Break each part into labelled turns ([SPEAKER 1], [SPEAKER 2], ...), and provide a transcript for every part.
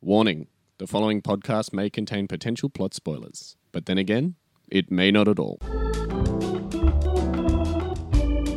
[SPEAKER 1] Warning the following podcast may contain potential plot spoilers, but then again, it may not at all.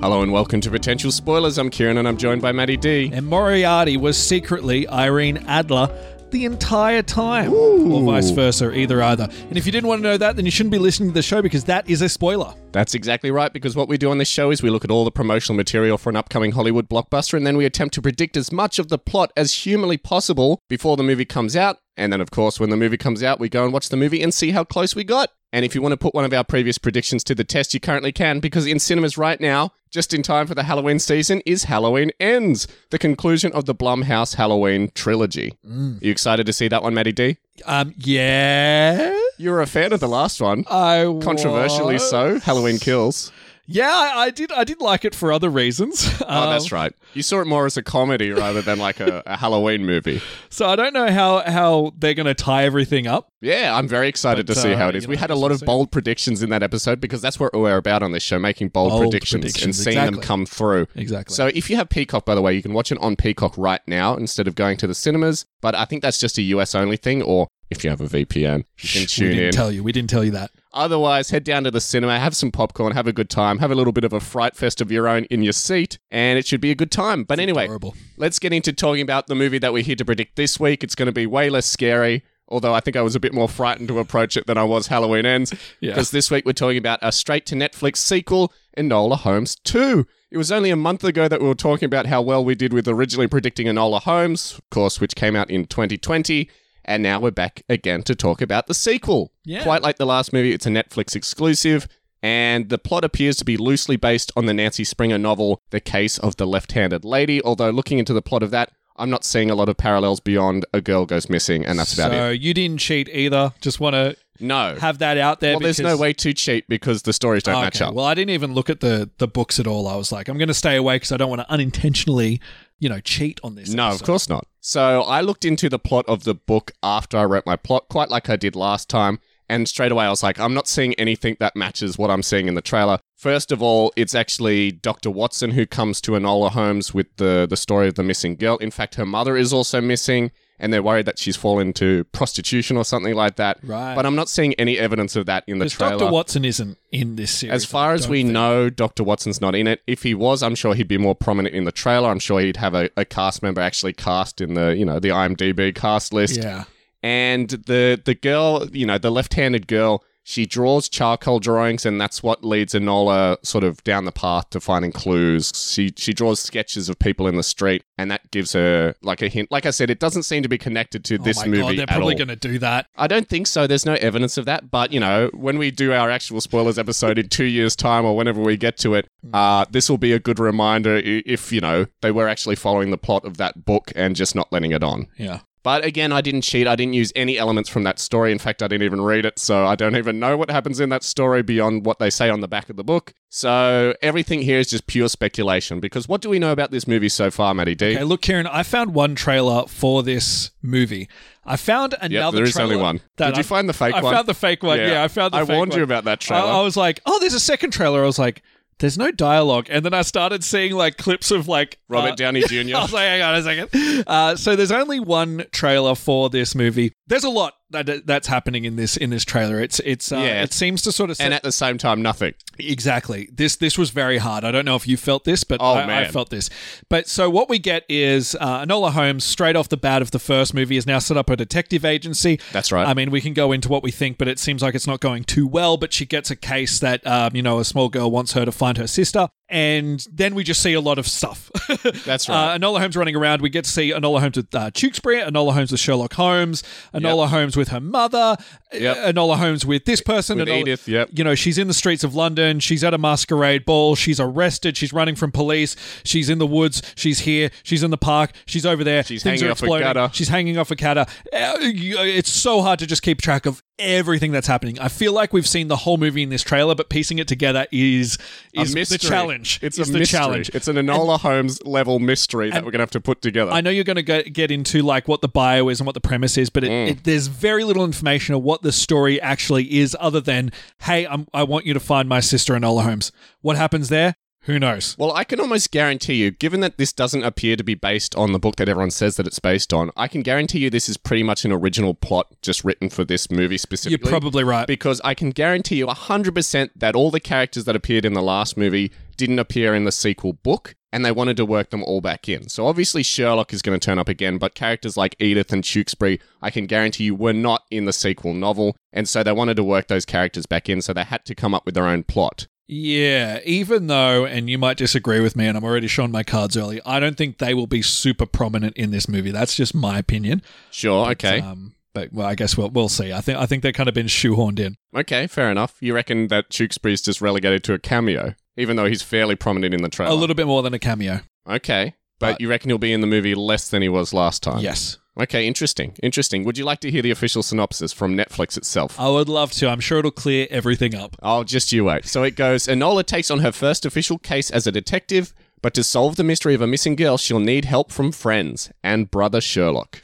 [SPEAKER 1] Hello and welcome to Potential Spoilers. I'm Kieran and I'm joined by Maddie D.
[SPEAKER 2] And Moriarty was secretly Irene Adler the entire time, or vice versa, either either. And if you didn't want to know that, then you shouldn't be listening to the show because that is a spoiler.
[SPEAKER 1] That's exactly right, because what we do on this show is we look at all the promotional material for an upcoming Hollywood blockbuster and then we attempt to predict as much of the plot as humanly possible before the movie comes out. And then, of course, when the movie comes out, we go and watch the movie and see how close we got. And if you want to put one of our previous predictions to the test, you currently can, because in cinemas right now, just in time for the Halloween season, is Halloween Ends, the conclusion of the Blumhouse Halloween trilogy. Are you excited to see that one, Maddie D?
[SPEAKER 2] Um, yeah,
[SPEAKER 1] You were a fan of the last one.
[SPEAKER 2] I
[SPEAKER 1] Controversially
[SPEAKER 2] was.
[SPEAKER 1] so, Halloween Kills.
[SPEAKER 2] Yeah, I, I did. I did like it for other reasons.
[SPEAKER 1] Oh,
[SPEAKER 2] Um,
[SPEAKER 1] that's right. You saw it more as a comedy rather than like a, a Halloween movie.
[SPEAKER 2] So I don't know how how they're going to tie everything up.
[SPEAKER 1] Yeah, I'm very excited
[SPEAKER 2] But,
[SPEAKER 1] to see
[SPEAKER 2] uh,
[SPEAKER 1] how it
[SPEAKER 2] you
[SPEAKER 1] is.
[SPEAKER 2] know,
[SPEAKER 1] we had a
[SPEAKER 2] I guess
[SPEAKER 1] lot
[SPEAKER 2] we'll
[SPEAKER 1] of
[SPEAKER 2] see.
[SPEAKER 1] bold predictions in that episode because that's what we're about on this show, making bold,
[SPEAKER 2] Bold
[SPEAKER 1] predictions, and
[SPEAKER 2] predictions,
[SPEAKER 1] seeing them
[SPEAKER 2] exactly.
[SPEAKER 1] come through.
[SPEAKER 2] Exactly.
[SPEAKER 1] So if you have Peacock, by the way, you can watch it on Peacock right now instead of going to the cinemas. But I think that's just a US only thing, or if you have a VPN, you can
[SPEAKER 2] we
[SPEAKER 1] tune
[SPEAKER 2] didn't
[SPEAKER 1] in.
[SPEAKER 2] tell you. We didn't tell you that.
[SPEAKER 1] Otherwise, head down to the cinema, have some popcorn, have a good time, have a little bit of a fright fest of your own in your seat, and it should be a good time. But anyway,
[SPEAKER 2] Horrible.
[SPEAKER 1] Let's get into talking about the movie that we're here to predict this week. It's going to be way less scary, although I think I was a bit more frightened to approach it than I was Halloween Ends.
[SPEAKER 2] Yeah.
[SPEAKER 1] Because this week we're talking about a straight to Netflix sequel, Enola Holmes 2. It was only a month ago that we were talking about how well we did with originally predicting Enola Holmes, of course, which came out in 2020. And now we're back again to talk about the sequel.
[SPEAKER 2] Yeah.
[SPEAKER 1] Quite like the last movie, it's a Netflix exclusive. And the plot appears to be loosely based on the Nancy Springer novel, The Case of the Left Handed Lady. Although, looking into the plot of that, I'm not seeing a lot of parallels beyond a girl goes missing, and that's about
[SPEAKER 2] so
[SPEAKER 1] it.
[SPEAKER 2] you didn't cheat either. Just want to
[SPEAKER 1] No.
[SPEAKER 2] have that out there.
[SPEAKER 1] well, there's no
[SPEAKER 2] because- Oh,
[SPEAKER 1] way to cheat because the stories don't match
[SPEAKER 2] Okay,
[SPEAKER 1] up.
[SPEAKER 2] Well, I didn't even look at the the books at all. I was like, I'm going to stay away because I don't want to unintentionally, you know, cheat on this.
[SPEAKER 1] No,
[SPEAKER 2] episode.
[SPEAKER 1] of course not. So I looked into the plot of the book after I wrote my plot, quite like I did last time. And straight away, I was like, I'm not seeing anything that matches what I'm seeing in the trailer. First of all, it's actually Dr. Watson who comes to Enola Holmes with the, the story of the missing girl. In fact, her mother is also missing, and they're worried that she's fallen to prostitution or something like that.
[SPEAKER 2] Right.
[SPEAKER 1] But I'm not seeing any evidence of that in the
[SPEAKER 2] Because
[SPEAKER 1] trailer.
[SPEAKER 2] Doctor Watson isn't in this series.
[SPEAKER 1] As far as we know, Dr. Watson's not in it. If he was, I'm sure he'd be more prominent in the trailer. I'm sure he'd have a, a cast member actually cast in the, you know, the IMDb cast list.
[SPEAKER 2] yeah,
[SPEAKER 1] And the the girl, you know, the left-handed girl, she draws charcoal drawings and that's what leads Enola sort of down the path to finding clues. She she draws sketches of people in the street and that gives her like a hint. Like I said, it doesn't seem to be connected to this
[SPEAKER 2] oh my
[SPEAKER 1] movie
[SPEAKER 2] God, they're
[SPEAKER 1] at
[SPEAKER 2] probably
[SPEAKER 1] all.
[SPEAKER 2] going to do that.
[SPEAKER 1] I don't think so. There's no evidence of that. But, you know, when we do our actual spoilers episode in two years' time or whenever we get to it,
[SPEAKER 2] Hmm.
[SPEAKER 1] uh, this will be a good reminder i- if, you know, they were actually following the plot of that book and just not letting it on.
[SPEAKER 2] Yeah,
[SPEAKER 1] But again, I didn't cheat. I didn't use any elements from that story. In fact, I didn't even read it, so I don't even know what happens in that story beyond what they say on the back of the book. So everything here is just pure speculation because what do we know about this movie so far, Matty D?
[SPEAKER 2] Okay, look, Kieran, I found one trailer for this movie. I found another.
[SPEAKER 1] Yep, there is
[SPEAKER 2] trailer
[SPEAKER 1] only one.
[SPEAKER 2] that
[SPEAKER 1] Did you
[SPEAKER 2] I-
[SPEAKER 1] find the fake
[SPEAKER 2] I
[SPEAKER 1] one?
[SPEAKER 2] found the fake one. Yeah, I found. the
[SPEAKER 1] I
[SPEAKER 2] fake
[SPEAKER 1] warned you
[SPEAKER 2] one.
[SPEAKER 1] about that trailer.
[SPEAKER 2] I, I was like, oh, there's a second trailer. I was like, there's no dialogue, and then I started seeing like clips of like
[SPEAKER 1] Robert
[SPEAKER 2] uh,
[SPEAKER 1] Downey Jr.
[SPEAKER 2] I was like, hang on a second. Uh, so there's only one trailer for this movie. There's a lot that that's happening in this in this trailer. It's it's uh,
[SPEAKER 1] Yeah.
[SPEAKER 2] it seems to sort of set-
[SPEAKER 1] and at the same time, nothing.
[SPEAKER 2] exactly this this was very hard. I don't know if you felt this, but
[SPEAKER 1] Oh,
[SPEAKER 2] I, I
[SPEAKER 1] man.
[SPEAKER 2] felt this. But so what we get is uh, Enola Holmes straight off the bat of the first movie is now set up a detective agency.
[SPEAKER 1] That's right.
[SPEAKER 2] I mean, we can go into what we think, but it seems like it's not going too well. But she gets a case that, um, you know, a small girl wants her to find her sister. And then we just see a lot of stuff.
[SPEAKER 1] That's right.
[SPEAKER 2] Uh, Enola Holmes running around. We get to see Enola Holmes with uh, Tewksbury, Enola Holmes with Sherlock Holmes, Enola Holmes with her mother,
[SPEAKER 1] Yep.
[SPEAKER 2] Enola Holmes with this person.
[SPEAKER 1] With
[SPEAKER 2] Enola-
[SPEAKER 1] Edith, yep.
[SPEAKER 2] You know, she's in the streets of London. She's at a masquerade ball. She's arrested. She's running from police. She's in the woods. She's here. She's in the park. She's over there.
[SPEAKER 1] She's
[SPEAKER 2] Things
[SPEAKER 1] hanging
[SPEAKER 2] are
[SPEAKER 1] off a
[SPEAKER 2] exploding.
[SPEAKER 1] gutter.
[SPEAKER 2] She's hanging off a cutter. Uh, you- It's so hard to just keep track of everything that's happening. I feel like we've seen the whole movie in this trailer, but piecing it together is
[SPEAKER 1] A
[SPEAKER 2] is the
[SPEAKER 1] mystery.
[SPEAKER 2] challenge.
[SPEAKER 1] It's
[SPEAKER 2] Is
[SPEAKER 1] a
[SPEAKER 2] the
[SPEAKER 1] mystery.
[SPEAKER 2] challenge.
[SPEAKER 1] It's an Enola Holmes level mystery that
[SPEAKER 2] and-
[SPEAKER 1] we're gonna have to put together.
[SPEAKER 2] I know you're going to get into like what the bio is and what the premise is, but it, it, there's very little information of what the story actually is, other than hey, I'm, I want you to find my sister Enola Holmes. What happens there? Who knows?
[SPEAKER 1] Well, I can almost guarantee you, given that this doesn't appear to be based on the book that everyone says that it's based on, I can guarantee you this is pretty much an original plot just written for this movie
[SPEAKER 2] You're
[SPEAKER 1] specifically.
[SPEAKER 2] probably right.
[SPEAKER 1] because I can guarantee you 100% that all the characters that appeared in the last movie didn't appear in the sequel book, and they wanted to work them all back in. So obviously, Sherlock is going to turn up again, but characters like Edith and Tewksbury, I can guarantee you, were not in the sequel novel, and so they wanted to work those characters back in, so they had to come up with their own plot.
[SPEAKER 2] Yeah, even though, and you might disagree with me, and I'm already showing my cards early, I don't think they will be super prominent in this movie. That's just my opinion.
[SPEAKER 1] Sure, okay.
[SPEAKER 2] Um, but well, I guess we'll we'll see. I think I think they've kind of been shoehorned in.
[SPEAKER 1] Okay, fair enough. You reckon that Tewksbury's just relegated to a cameo, even though he's fairly prominent in the trailer?
[SPEAKER 2] A little bit more than a cameo.
[SPEAKER 1] Okay, but,
[SPEAKER 2] But-
[SPEAKER 1] you reckon he'll be in the movie less than he was last time?
[SPEAKER 2] Yes.
[SPEAKER 1] Okay, interesting. Interesting. Would you like to hear the official synopsis from Netflix itself?
[SPEAKER 2] I would love to. I'm sure it'll clear everything up.
[SPEAKER 1] Oh, just you wait. So it goes Enola takes on her first official case as a detective, but to solve the mystery of a missing girl, she'll need help from friends and brother Sherlock.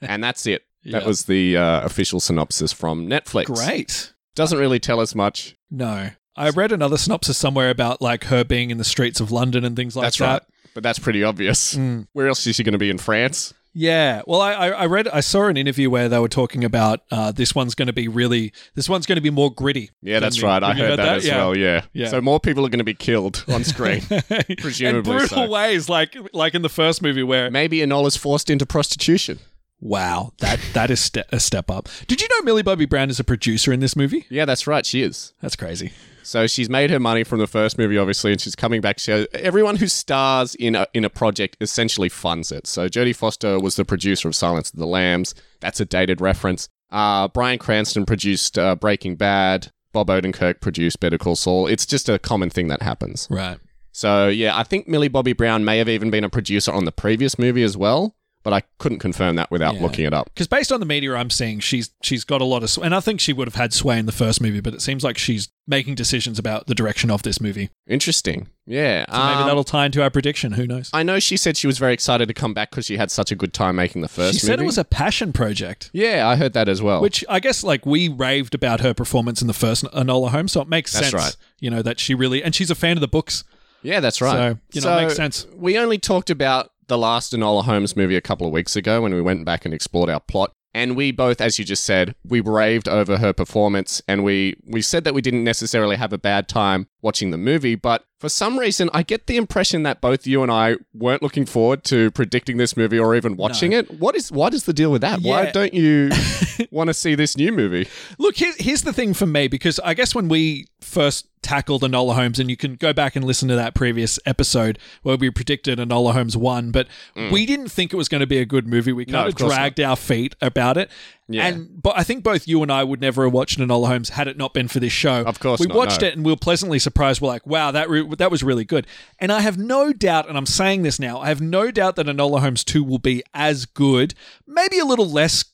[SPEAKER 1] and that's it. That
[SPEAKER 2] Yeah.
[SPEAKER 1] was the uh, official synopsis from Netflix.
[SPEAKER 2] Great.
[SPEAKER 1] Doesn't really tell us much.
[SPEAKER 2] No. I read another synopsis somewhere about like her being in the streets of London and things like
[SPEAKER 1] that's
[SPEAKER 2] that. Mm.
[SPEAKER 1] right. But that's pretty obvious. Where else is she going to be in France?
[SPEAKER 2] Yeah. Well, I, I I read, I saw an interview where they were talking about uh, this one's going to be really, this one's going to be more gritty.
[SPEAKER 1] Yeah, that's
[SPEAKER 2] than the-
[SPEAKER 1] right. I
[SPEAKER 2] have you
[SPEAKER 1] heard that, as
[SPEAKER 2] Yeah.
[SPEAKER 1] well. Yeah.
[SPEAKER 2] Yeah.
[SPEAKER 1] So more people are going to be killed on screen. Presumably
[SPEAKER 2] in brutal
[SPEAKER 1] so.
[SPEAKER 2] ways, like like in the first movie where
[SPEAKER 1] Maybe Enola's forced into prostitution.
[SPEAKER 2] wow, that that is ste- a step up. Did you know Millie Bobby Brown is a producer in this movie?
[SPEAKER 1] Yeah, that's right. She is.
[SPEAKER 2] That's crazy.
[SPEAKER 1] So she's made her money from the first movie, obviously, and she's coming back. So everyone who stars in a, in a project essentially funds it. So Jodie Foster was the producer of Silence of the Lambs. That's a dated reference. Uh, Brian Cranston produced uh, Breaking Bad. Bob Odenkirk produced Better Call Saul. It's just a common thing that happens.
[SPEAKER 2] Right.
[SPEAKER 1] So yeah, I think Millie Bobby Brown may have even been a producer on the previous movie as well, but I couldn't confirm that without
[SPEAKER 2] Yeah.
[SPEAKER 1] looking it up.
[SPEAKER 2] Because based on the media I'm seeing, she's she's got a lot of, sw- and I think she would have had sway in the first movie, but it seems like she's making decisions about the direction of this movie.
[SPEAKER 1] Interesting. Yeah.
[SPEAKER 2] So maybe
[SPEAKER 1] um,
[SPEAKER 2] that'll tie into our prediction. Who knows?
[SPEAKER 1] I know she said she was very excited to come back because she had such a good time making the first
[SPEAKER 2] she said
[SPEAKER 1] movie. Oh.
[SPEAKER 2] it was a passion project.
[SPEAKER 1] Yeah, I heard that as well.
[SPEAKER 2] Which I guess, like we raved about her performance in the first Enola Holmes, so it makes
[SPEAKER 1] That's
[SPEAKER 2] sense.
[SPEAKER 1] right.
[SPEAKER 2] You know that she really, and she's a fan of the books.
[SPEAKER 1] yeah, that's right.
[SPEAKER 2] So, you know, it makes sense.
[SPEAKER 1] We only talked about the last Enola Holmes movie a couple of weeks ago when we went back and explored our plot. And we both, as you just said, we raved over her performance and we, we said that we didn't necessarily have a bad time watching the movie. But for some reason, I get the impression that both you and I weren't looking forward to predicting this movie or even watching it. What is what is the deal with that? Why
[SPEAKER 2] Yeah.
[SPEAKER 1] don't you want to see this new movie?
[SPEAKER 2] Look, here, here's the thing for me because I guess when we first tackled Enola Holmes, and you can go back and listen to that previous episode where we predicted Enola Holmes won, but we didn't think it was going to be a good movie. We kind
[SPEAKER 1] Mm. of
[SPEAKER 2] of
[SPEAKER 1] course
[SPEAKER 2] dragged our feet about it.
[SPEAKER 1] Yeah.
[SPEAKER 2] And but I think both you and I would never have watched Enola Holmes had it not been for this show.
[SPEAKER 1] Of course
[SPEAKER 2] we
[SPEAKER 1] not,
[SPEAKER 2] watched
[SPEAKER 1] no.
[SPEAKER 2] it and we were pleasantly surprised. We're like, wow, that re- that was really good. And I have no doubt, and I'm saying this now, I have no doubt that Enola Holmes two will be as good, maybe a little less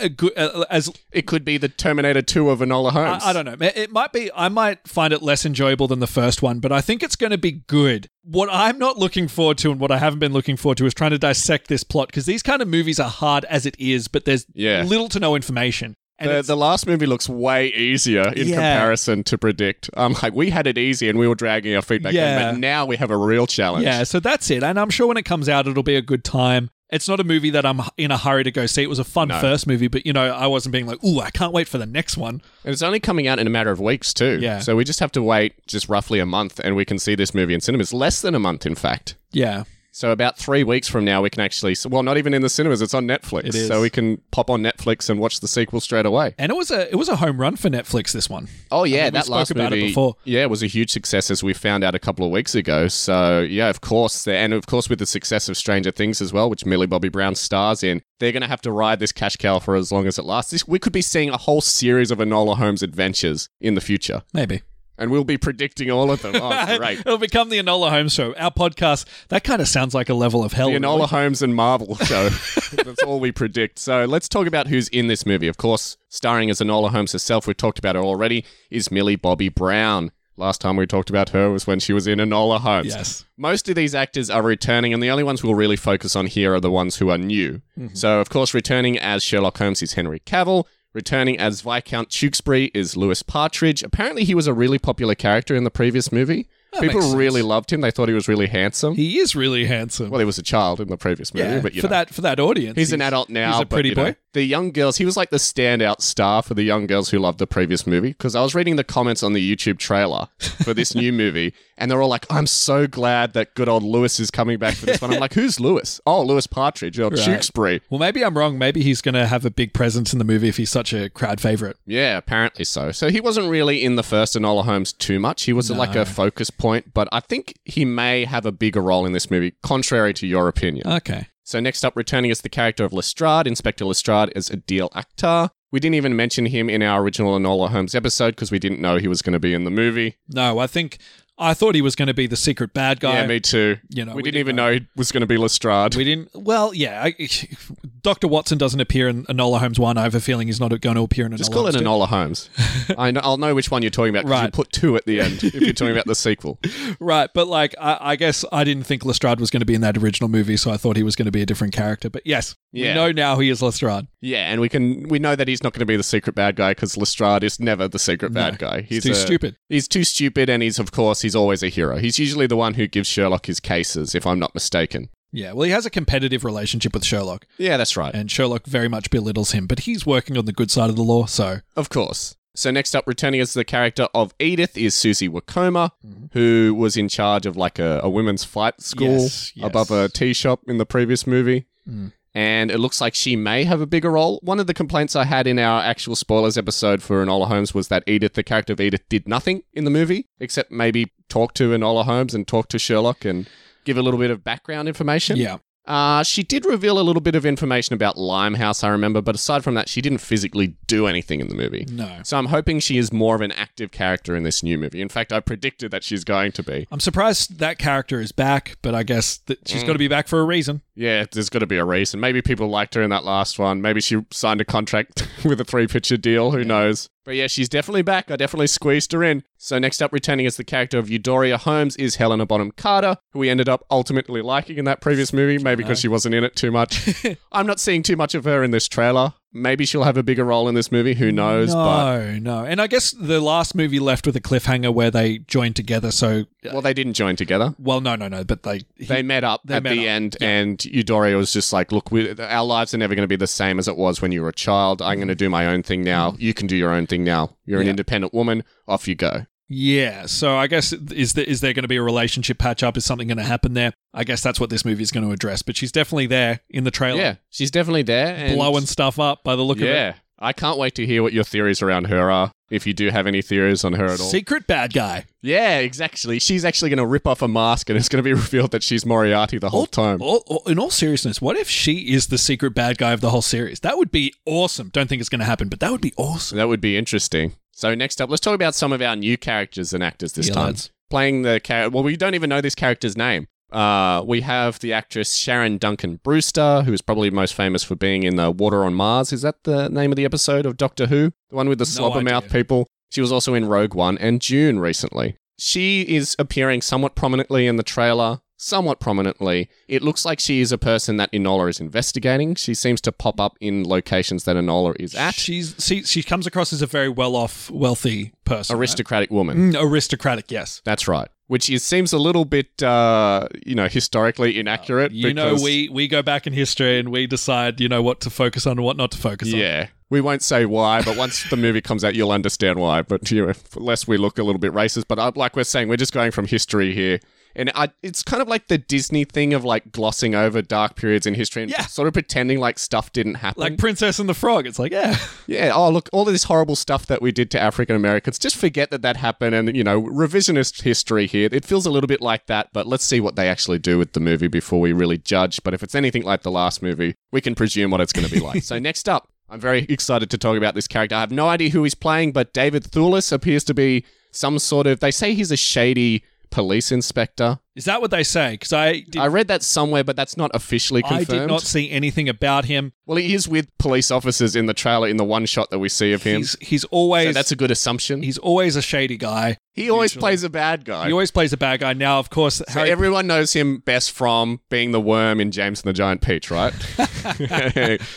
[SPEAKER 2] uh, good uh, as
[SPEAKER 1] It could be the Terminator 2 of Enola Holmes.
[SPEAKER 2] I, I don't know. It it might be. I might find it less enjoyable than the first one, but I think it's going to be good. What I'm not looking forward to, and what I haven't been looking forward to, is trying to dissect this plot because these kind of movies are hard as it is, but there's
[SPEAKER 1] Yeah.
[SPEAKER 2] little to no information. And
[SPEAKER 1] The,
[SPEAKER 2] it's-
[SPEAKER 1] the last movie looks way easier in
[SPEAKER 2] Yeah.
[SPEAKER 1] comparison to predict. Um, like we had it easy and we were dragging our feet back
[SPEAKER 2] Yeah.
[SPEAKER 1] in, but now we have a real challenge.
[SPEAKER 2] yeah, so that's it. And I'm sure when it comes out, it'll be a good time. It's not a movie that I'm in a hurry to go see. It was a fun
[SPEAKER 1] No.
[SPEAKER 2] first movie, but you know, I wasn't being like, "Ooh, I can't wait for the next one."
[SPEAKER 1] And it's only coming out in a matter of weeks too.
[SPEAKER 2] Yeah.
[SPEAKER 1] So we just have to wait just roughly a month, and we can see this movie in cinemas. Less than a month, in fact.
[SPEAKER 2] Yeah,
[SPEAKER 1] So about three weeks from now, we can actually. Well, not even in the cinemas. It's on Netflix.
[SPEAKER 2] It is.
[SPEAKER 1] So we can pop on Netflix and watch the sequel straight away.
[SPEAKER 2] and it was a it was a home run for Netflix. This one.
[SPEAKER 1] Oh yeah,
[SPEAKER 2] think we
[SPEAKER 1] that
[SPEAKER 2] spoke
[SPEAKER 1] last
[SPEAKER 2] about it
[SPEAKER 1] movie.
[SPEAKER 2] before.
[SPEAKER 1] Yeah, was a huge success as we found out a couple of weeks ago. So yeah, of course, the- and of course with the success of Stranger Things as well, which Millie Bobby Brown stars in, they're going to have to ride this cash cow for as long as it lasts. This, we could be seeing a whole series of Enola Holmes adventures in the future,
[SPEAKER 2] Maybe.
[SPEAKER 1] and we'll be predicting all of them. Oh, great.
[SPEAKER 2] It'll become the Enola Holmes show. Our podcast, that kind of sounds like a level of hell.
[SPEAKER 1] The Enola
[SPEAKER 2] really.
[SPEAKER 1] Holmes and Marvel show. That's all we predict. So let's talk about who's in this movie. Of course, starring as Enola Holmes herself, we've talked about her already, is Millie Bobby Brown. Last time we talked about her was when she was in Enola Holmes.
[SPEAKER 2] Yes.
[SPEAKER 1] Most of these actors are returning, and the only ones we'll really focus on here are the ones who are new.
[SPEAKER 2] Mm-hmm.
[SPEAKER 1] So, of course, returning as Sherlock Holmes is Henry Cavill. Returning as Viscount Tewkesbury is Lewis Partridge. Apparently, he was a really popular character in the previous movie.
[SPEAKER 2] That
[SPEAKER 1] People
[SPEAKER 2] makes sense.
[SPEAKER 1] really loved him. They thought he was really handsome.
[SPEAKER 2] He is really handsome.
[SPEAKER 1] well, he was a child in the previous movie,
[SPEAKER 2] yeah,
[SPEAKER 1] but you
[SPEAKER 2] for
[SPEAKER 1] know.
[SPEAKER 2] that for that audience,
[SPEAKER 1] He's an adult now.
[SPEAKER 2] he's a
[SPEAKER 1] but,
[SPEAKER 2] pretty
[SPEAKER 1] you know,
[SPEAKER 2] boy.
[SPEAKER 1] the young girls, he was like the standout star for the young girls who loved the previous movie. Because I was reading the comments on the YouTube trailer for this new movie, and they're all like, I'm so glad that good old Lewis is coming back for this one. I'm like, who's Lewis? Oh, Lewis Partridge or Tewkesbury.
[SPEAKER 2] Well, maybe I'm wrong. Maybe he's going to have a big presence in the movie if he's such a crowd favorite.
[SPEAKER 1] Yeah, apparently so. So he wasn't really in the first Enola Holmes too much. He was like a focus point, but I think he may have a bigger role in this movie, contrary to your opinion.
[SPEAKER 2] Okay.
[SPEAKER 1] So next up, returning is the character of Lestrade. Inspector Lestrade is Adil Akhtar. We didn't even mention him in our original Enola Holmes episode because we didn't know he was going to be in the movie.
[SPEAKER 2] No, I think I thought he was going to be the secret bad guy.
[SPEAKER 1] Yeah, me too.
[SPEAKER 2] You know,
[SPEAKER 1] we,
[SPEAKER 2] we
[SPEAKER 1] didn't
[SPEAKER 2] didn't
[SPEAKER 1] even know he was going to be Lestrade.
[SPEAKER 2] we didn't. Well, yeah. I, Dr. Watson doesn't appear in Enola Holmes 1. I have a feeling he's not going to appear in Enola
[SPEAKER 1] Just call it
[SPEAKER 2] Holmes 2.
[SPEAKER 1] Enola Holmes. I know, I'll know which one you're talking about because you
[SPEAKER 2] Right.
[SPEAKER 1] put two at the end if you're talking about the sequel.
[SPEAKER 2] Right, but like, I, I guess I didn't think Lestrade was going to be in that original movie, so I thought he was going to be a different character. But yes,
[SPEAKER 1] Yeah.
[SPEAKER 2] we know now he is Lestrade.
[SPEAKER 1] Yeah, and we can we know that he's not going to be the secret bad guy because Lestrade is never the secret bad guy. He's
[SPEAKER 2] He's too
[SPEAKER 1] a-
[SPEAKER 2] stupid.
[SPEAKER 1] He's too stupid, and he's of course he's always a hero. He's usually the one who gives Sherlock his cases, if I'm not mistaken.
[SPEAKER 2] Yeah, well, he has a competitive relationship with Sherlock,
[SPEAKER 1] Yeah, that's right.
[SPEAKER 2] and Sherlock very much belittles him, but he's working on the good side of the law, so
[SPEAKER 1] Of course. So next up, returning as the character of Edith is Susie Wakoma,
[SPEAKER 2] Mm-hmm.
[SPEAKER 1] who was in charge of like a, a women's fight school
[SPEAKER 2] Yes, yes.
[SPEAKER 1] above a tea shop in the previous movie.
[SPEAKER 2] Mm.
[SPEAKER 1] And it looks like she may have a bigger role. One of the complaints I had in our actual spoilers episode for Enola Holmes was that Edith, the character of Edith, did nothing in the movie except maybe talk to Enola Holmes and talk to Sherlock and give a little bit of background information.
[SPEAKER 2] yeah.
[SPEAKER 1] Uh, she did reveal a little bit of information about Limehouse, I remember, but aside from that, she didn't physically do anything in the movie.
[SPEAKER 2] No.
[SPEAKER 1] So I'm hoping she is more of an active character in this new movie. In fact, I predicted that she's going to be.
[SPEAKER 2] I'm surprised that character is back, but I guess that she's got to be back for a reason.
[SPEAKER 1] Yeah, there's got to be a reason. Maybe people liked her in that last one. Maybe she signed a contract with a three picture deal. Who knows? But yeah, she's definitely back. I definitely squeezed her in. So next up, returning as the character of Eudoria Holmes is Helena Bonham Carter, who we ended up ultimately liking in that previous movie. Maybe because she wasn't in it too much. I'm not seeing too much of her in this trailer. Maybe she'll have a bigger role in this movie. Who knows? But
[SPEAKER 2] No, no. And I guess the last movie left with a cliffhanger where they joined together, so
[SPEAKER 1] well, they didn't join together.
[SPEAKER 2] well, no, no, no, but they he-
[SPEAKER 1] they met up
[SPEAKER 2] they
[SPEAKER 1] at
[SPEAKER 2] met
[SPEAKER 1] the
[SPEAKER 2] up,
[SPEAKER 1] end, and Eudoria was just like, "Look, we, our lives are never going to be the same as it was when you were a child. I'm going to do my own thing now. You can do your own thing now. You're an
[SPEAKER 2] Mm-hmm. Yeah.
[SPEAKER 1] independent woman. Off you go."
[SPEAKER 2] Yeah, so I guess is there is there going to be a relationship patch up? Is something going to happen there? I guess that's what this movie is going to address. But she's definitely there in the trailer,
[SPEAKER 1] Yeah, she's definitely there. And
[SPEAKER 2] blowing stuff up by the look of
[SPEAKER 1] Yeah, I can't wait to hear what your theories around her are. If you do have any theories on her
[SPEAKER 2] it.
[SPEAKER 1] at all,
[SPEAKER 2] Secret bad guy,
[SPEAKER 1] yeah, exactly. She's actually going to rip off a mask, and it's going to be revealed that she's Moriarty the whole time.
[SPEAKER 2] All- all- in all seriousness, what if she is the secret bad guy of the whole series? That would be awesome. Don't think it's going to happen, but that would be awesome.
[SPEAKER 1] That would be interesting. So next up, let's talk about some of our new characters and actors this
[SPEAKER 2] Yeah,
[SPEAKER 1] time.
[SPEAKER 2] lads.
[SPEAKER 1] Playing the character, well, we don't even know this character's name. Uh, we have the actress Sharon Duncan Brewster, who is probably most famous for being in the Water on Mars. Is that the name of the episode of Doctor Who? The one with the
[SPEAKER 2] No
[SPEAKER 1] slobber mouth
[SPEAKER 2] idea.
[SPEAKER 1] people. She was also in Rogue One and June recently. She is appearing somewhat prominently in the trailer. Somewhat prominently. It looks like she is a person that Enola is investigating. She seems to pop up in locations that Enola is at.
[SPEAKER 2] She's she, she comes across as a very well off, wealthy person, right?
[SPEAKER 1] aristocratic woman.
[SPEAKER 2] Mm, aristocratic. Yes,
[SPEAKER 1] That's right. Which is, seems a little bit, uh, you know, historically inaccurate.
[SPEAKER 2] you know
[SPEAKER 1] because-
[SPEAKER 2] we we go back in history and we decide you know what to focus on and what not to focus on.
[SPEAKER 1] Yeah. We won't say why, but once the movie comes out, you'll understand why. But you know, unless we look a little bit racist, but I, like we're saying, we're just going from history here, and I, it's kind of like the Disney thing of like glossing over dark periods in history and
[SPEAKER 2] Yeah.
[SPEAKER 1] sort of pretending like stuff didn't happen.
[SPEAKER 2] Like Princess and the Frog, it's like yeah.
[SPEAKER 1] yeah, oh look, all of this horrible stuff that we did to African Americans, just forget that that happened, and you know, revisionist history here. It feels a little bit like that, but let's see what they actually do with the movie before we really judge. But if it's anything like the last movie, we can presume what it's going to be like. so next up, I'm very excited to talk about this character. I have no idea who he's playing, but David Thewlis appears to be some sort of. They say he's a shady police inspector.
[SPEAKER 2] Is that what they say? Because I did,
[SPEAKER 1] I
[SPEAKER 2] I,
[SPEAKER 1] read that somewhere, but that's not officially confirmed.
[SPEAKER 2] did not see anything about him.
[SPEAKER 1] well, he is with police officers in the trailer in the one shot that we see of him.
[SPEAKER 2] He's he's always
[SPEAKER 1] So that's a good assumption.
[SPEAKER 2] he's always a shady guy.
[SPEAKER 1] He always
[SPEAKER 2] Usually.
[SPEAKER 1] plays a bad guy.
[SPEAKER 2] He always plays a bad guy. Now, of course,
[SPEAKER 1] so
[SPEAKER 2] Harry.
[SPEAKER 1] everyone knows him best from being the worm in James and the Giant Peach, right?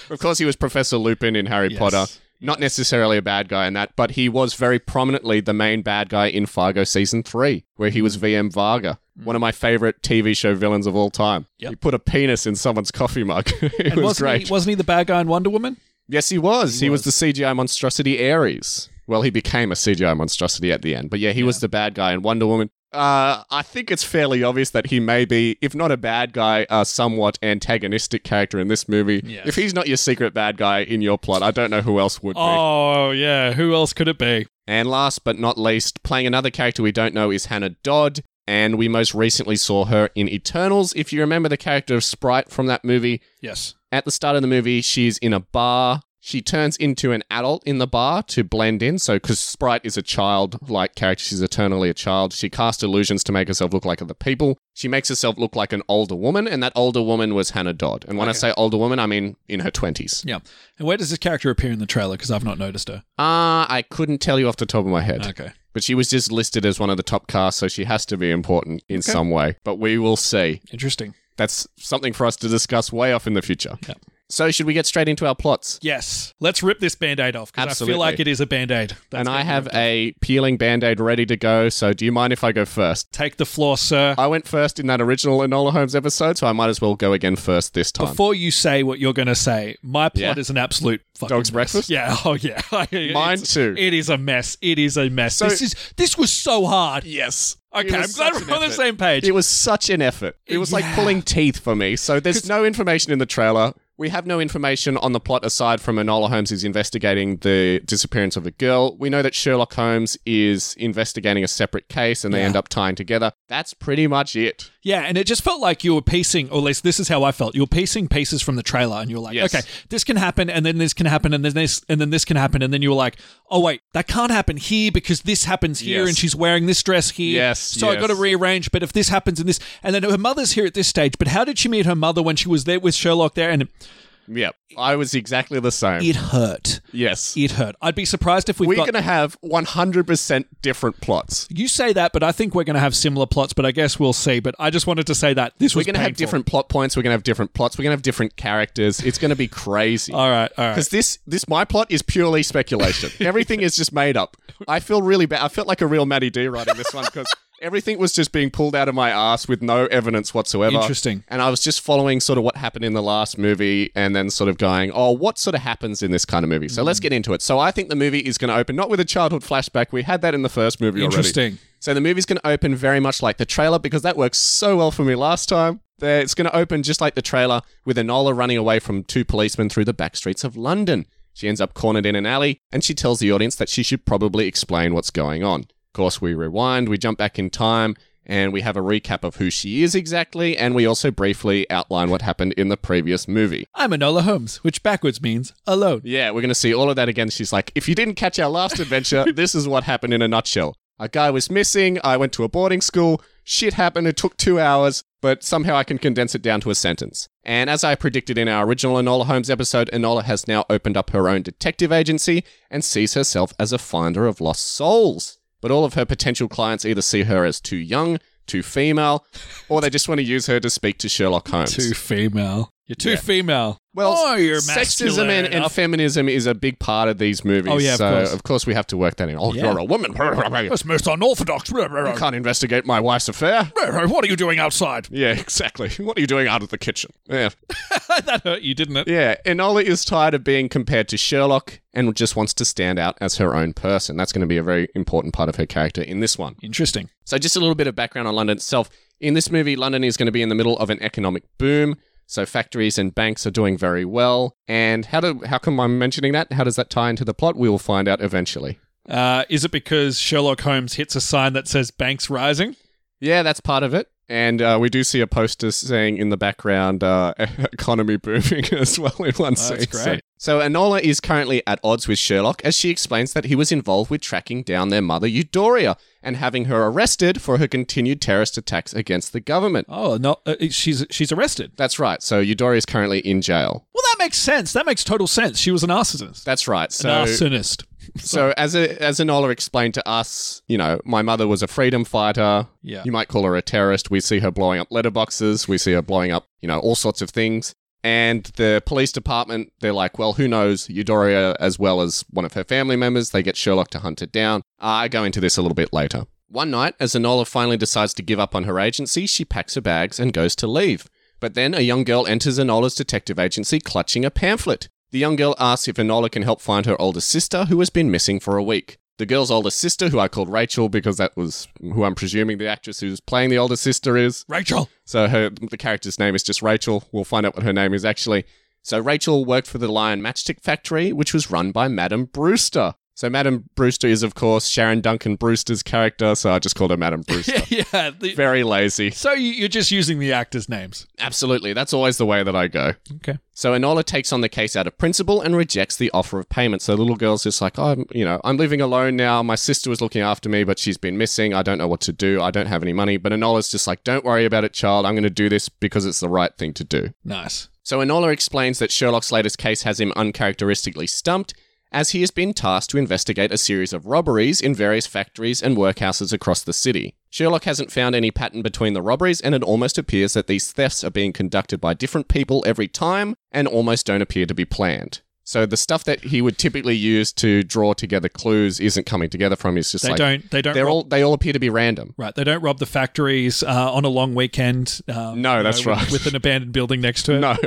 [SPEAKER 1] of course, he was Professor Lupin in Harry
[SPEAKER 2] Yes.
[SPEAKER 1] Potter. Not necessarily a bad guy in that, but he was very prominently the main bad guy in Fargo season three, where he
[SPEAKER 2] Mm.
[SPEAKER 1] was VM Varga, one of my favorite TV show villains of all time.
[SPEAKER 2] Yep.
[SPEAKER 1] He put a penis in someone's coffee mug. it
[SPEAKER 2] And
[SPEAKER 1] was
[SPEAKER 2] wasn't
[SPEAKER 1] great.
[SPEAKER 2] He, wasn't he the bad guy in Wonder Woman?
[SPEAKER 1] Yes, he was. He, was. the CGI monstrosity Ares. Well, he became a CGI monstrosity at the end, but yeah, he was the bad guy in Wonder Woman. Uh, I think it's fairly obvious that he may be, if not a bad guy, a somewhat antagonistic character in this movie.
[SPEAKER 2] Yes.
[SPEAKER 1] If he's not your secret bad guy in your plot, I don't know who else would be.
[SPEAKER 2] Oh yeah, who else could it be?
[SPEAKER 1] And last but not least, playing another character we don't know is Hannah Dodd, and we most recently saw her in Eternals. If you remember the character of Sprite from that movie,
[SPEAKER 2] Yes.
[SPEAKER 1] at the start of the movie, she's in a bar. She turns into an adult in the bar to blend in. So, because Sprite is a child like character, she's eternally a child. She casts illusions to make herself look like other people. She makes herself look like an older woman, and that older woman was Hannah Dodd. And when I
[SPEAKER 2] Okay.
[SPEAKER 1] say older woman, I mean in her 20s.
[SPEAKER 2] Yeah. And where does this character appear in the trailer? Because I've not noticed her.
[SPEAKER 1] Ah, I couldn't tell you off the top of my head,
[SPEAKER 2] Okay.
[SPEAKER 1] but she was just listed as one of the top casts, so she has to be important in
[SPEAKER 2] Okay.
[SPEAKER 1] some way. But we will see.
[SPEAKER 2] Interesting.
[SPEAKER 1] That's something for us to discuss way off in the future.
[SPEAKER 2] Yeah.
[SPEAKER 1] So, should we get straight into our plots?
[SPEAKER 2] Yes. Let's rip this band aid off because I
[SPEAKER 1] Absolutely.
[SPEAKER 2] feel like it is a band aid.
[SPEAKER 1] and I have a peeling band aid ready to go, so do you mind if I go first?
[SPEAKER 2] Take the floor, sir.
[SPEAKER 1] I went first in that original Enola Holmes episode, so I might as well go again first this time.
[SPEAKER 2] Before you say what you're going to say, my plot
[SPEAKER 1] Yeah.
[SPEAKER 2] is an absolute fucking
[SPEAKER 1] Dog's
[SPEAKER 2] mess.
[SPEAKER 1] breakfast?
[SPEAKER 2] Yeah. Oh yeah.
[SPEAKER 1] Mine
[SPEAKER 2] It's-
[SPEAKER 1] too.
[SPEAKER 2] It is a mess. It is a mess.
[SPEAKER 1] So-
[SPEAKER 2] this is this was so hard.
[SPEAKER 1] yes.
[SPEAKER 2] Okay, I'm glad we're on the same page.
[SPEAKER 1] It was such an effort. It was like
[SPEAKER 2] Yeah.
[SPEAKER 1] pulling teeth for me. So there's no information in the trailer. We have no information on the plot aside from Enola Holmes is investigating the disappearance of a girl. We know that Sherlock Holmes is investigating a separate case and they
[SPEAKER 2] Yeah.
[SPEAKER 1] end up tying together. That's pretty much it.
[SPEAKER 2] Yeah, and it just felt like you were piecing, or at least this is how I felt. You were piecing pieces from the trailer, and you were like,
[SPEAKER 1] Yes.
[SPEAKER 2] "Okay, this can happen, and then this can happen, and then this, and then this can happen," and then you were like, "Oh wait, that can't happen here because this happens here,
[SPEAKER 1] Yes.
[SPEAKER 2] and she's wearing this dress here,
[SPEAKER 1] Yes,
[SPEAKER 2] so I
[SPEAKER 1] yes.
[SPEAKER 2] got to rearrange." But if this happens in this, and then her mother's here at this stage, but how did she meet her mother when she was there with Sherlock there? And
[SPEAKER 1] Yep. I was exactly the same.
[SPEAKER 2] it hurt.
[SPEAKER 1] yes.
[SPEAKER 2] It hurt. I'd be surprised if we've
[SPEAKER 1] We're
[SPEAKER 2] got.
[SPEAKER 1] going to have 100% different plots.
[SPEAKER 2] you say that, but I think we're going to have similar plots. But I guess we'll see. But I just wanted to say that this
[SPEAKER 1] We're
[SPEAKER 2] was
[SPEAKER 1] going to have
[SPEAKER 2] painful.
[SPEAKER 1] different plot points. We're going to have different plots. We're going to have different characters. It's going to be crazy.
[SPEAKER 2] All right, all right.
[SPEAKER 1] Because this, this, my plot is purely speculation. everything is just made up. I feel really bad. I felt like a real Matty D writing this one because everything was just being pulled out of my ass with no evidence whatsoever.
[SPEAKER 2] Interesting.
[SPEAKER 1] And I was just following sort of what happened in the last movie and then sort of going, oh, what sort of happens in this kind of movie? So let's
[SPEAKER 2] Mm.
[SPEAKER 1] get into it. So I think the movie is going to open not with a childhood flashback. We had that in the first movie already.
[SPEAKER 2] Interesting.
[SPEAKER 1] So the movie's going to open very much like the trailer because that worked so well for me last time. There, it's going to open just like the trailer with Enola running away from two policemen through the back streets of London. She ends up cornered in an alley and she tells the audience that she should probably explain what's going on. Of course, we rewind, we jump back in time, and we have a recap of who she is exactly, and we also briefly outline what happened in the previous movie.
[SPEAKER 2] I'm Enola Holmes, which backwards means alone.
[SPEAKER 1] Oh, Yeah, we're going to see all of that again. She's like, if you didn't catch our last adventure, this is what happened in a nutshell. A guy was missing. I went to a boarding school. Shit happened. It took two hours, but somehow I can condense it down to a sentence. And as I predicted in our original Enola Holmes episode, Enola has now opened up her own detective agency and sees herself as a finder of lost souls. But all of her potential clients either see her as too young, too female, or they just want to use her to speak to Sherlock Holmes.
[SPEAKER 2] Too female. You're too female.
[SPEAKER 1] Well,
[SPEAKER 2] oh, you're
[SPEAKER 1] sexism
[SPEAKER 2] masculine
[SPEAKER 1] and, and
[SPEAKER 2] enough.
[SPEAKER 1] feminism is a big part of these movies.
[SPEAKER 2] Oh, yeah, of
[SPEAKER 1] so
[SPEAKER 2] course.
[SPEAKER 1] we have to work that in. Oh,
[SPEAKER 2] Yeah.
[SPEAKER 1] you're a woman. you
[SPEAKER 2] That's most unorthodox.
[SPEAKER 1] can't investigate my wife's affair.
[SPEAKER 2] What are you doing outside?
[SPEAKER 1] Yeah, exactly. What are you doing out of the kitchen? Yeah.
[SPEAKER 2] that hurt you, didn't it?
[SPEAKER 1] Yeah, Enola is tired of being compared to Sherlock and just wants to stand out as her own person. That's going to be a very important part of her character in this one.
[SPEAKER 2] Interesting.
[SPEAKER 1] So, just a little bit of background on London itself. In this movie, London is going to be in the middle of an economic boom. So, factories and banks are doing very well. And how do how come I'm mentioning that? How does that tie into the plot? We will find out eventually.
[SPEAKER 2] Uh, is it because Sherlock Holmes hits a sign that says banks rising?
[SPEAKER 1] Yeah, that's part of it. And uh, we do see a poster saying in the background, uh, economy booming as well in one
[SPEAKER 2] Oh, that's
[SPEAKER 1] scene. So-
[SPEAKER 2] great.
[SPEAKER 1] So Enola is currently at odds with Sherlock as she explains that he was involved with tracking down their mother Eudoria and having her arrested for her continued terrorist attacks against the government.
[SPEAKER 2] Oh, no. Uh, she's she's arrested.
[SPEAKER 1] That's right. So Eudoria is currently in jail.
[SPEAKER 2] Well, that makes sense. That makes total sense. She was an arsonist.
[SPEAKER 1] That's right. So,
[SPEAKER 2] arsonist.
[SPEAKER 1] so as a, as Enola explained to us, you know, my mother was a freedom fighter.
[SPEAKER 2] Yeah.
[SPEAKER 1] You might call her a terrorist. We see her blowing up letterboxes. We see her blowing up, you know, all sorts of things. And the police department, they're like, well, who knows? Eudoria, as well as one of her family members, they get Sherlock to hunt it down. Uh, I go into this a little bit later. One night, as Enola finally decides to give up on her agency, she packs her bags and goes to leave. But then a young girl enters Enola's detective agency clutching a pamphlet. The young girl asks if Enola can help find her older sister, who has been missing for a week. The girl's older sister, who I called Rachel because that was who I'm presuming the actress who's playing the older sister is.
[SPEAKER 2] Rachel.
[SPEAKER 1] So her the character's name is just Rachel. We'll find out what her name is actually. So Rachel worked for the Lion Matchstick Factory, which was run by Madame Brewster. So Madame Brewster is, of course, Sharon Duncan Brewster's character. So I just called her Madame Brewster.
[SPEAKER 2] yeah. the-
[SPEAKER 1] Very lazy.
[SPEAKER 2] so you- you're just using the actors' names.
[SPEAKER 1] Absolutely. That's always the way that I go.
[SPEAKER 2] Okay.
[SPEAKER 1] So Enola takes on the case out of principle and rejects the offer of payment. So the little girl's just like, I'm, you know, I'm living alone now. My sister was looking after me, but she's been missing. I don't know what to do. I don't have any money. But Enola's just like, don't worry about it, child. I'm going to do this because it's the right thing to do.
[SPEAKER 2] Nice.
[SPEAKER 1] So Enola explains that Sherlock Slater's case has him uncharacteristically stumped, as he has been tasked to investigate a series of robberies in various factories and workhouses across the city. Sherlock hasn't found any pattern between the robberies, and it almost appears that these thefts are being conducted by different people every time and almost don't appear to be planned. So the stuff that he would typically use to draw together clues isn't coming together from him. It's just
[SPEAKER 2] They
[SPEAKER 1] like
[SPEAKER 2] don't. They don't.
[SPEAKER 1] they're
[SPEAKER 2] rob-
[SPEAKER 1] all they all appear to be random.
[SPEAKER 2] right. They don't rob the factories uh, on a long weekend. Um,
[SPEAKER 1] No,
[SPEAKER 2] you
[SPEAKER 1] that's
[SPEAKER 2] with-
[SPEAKER 1] right.
[SPEAKER 2] With an abandoned building next to it.
[SPEAKER 1] No.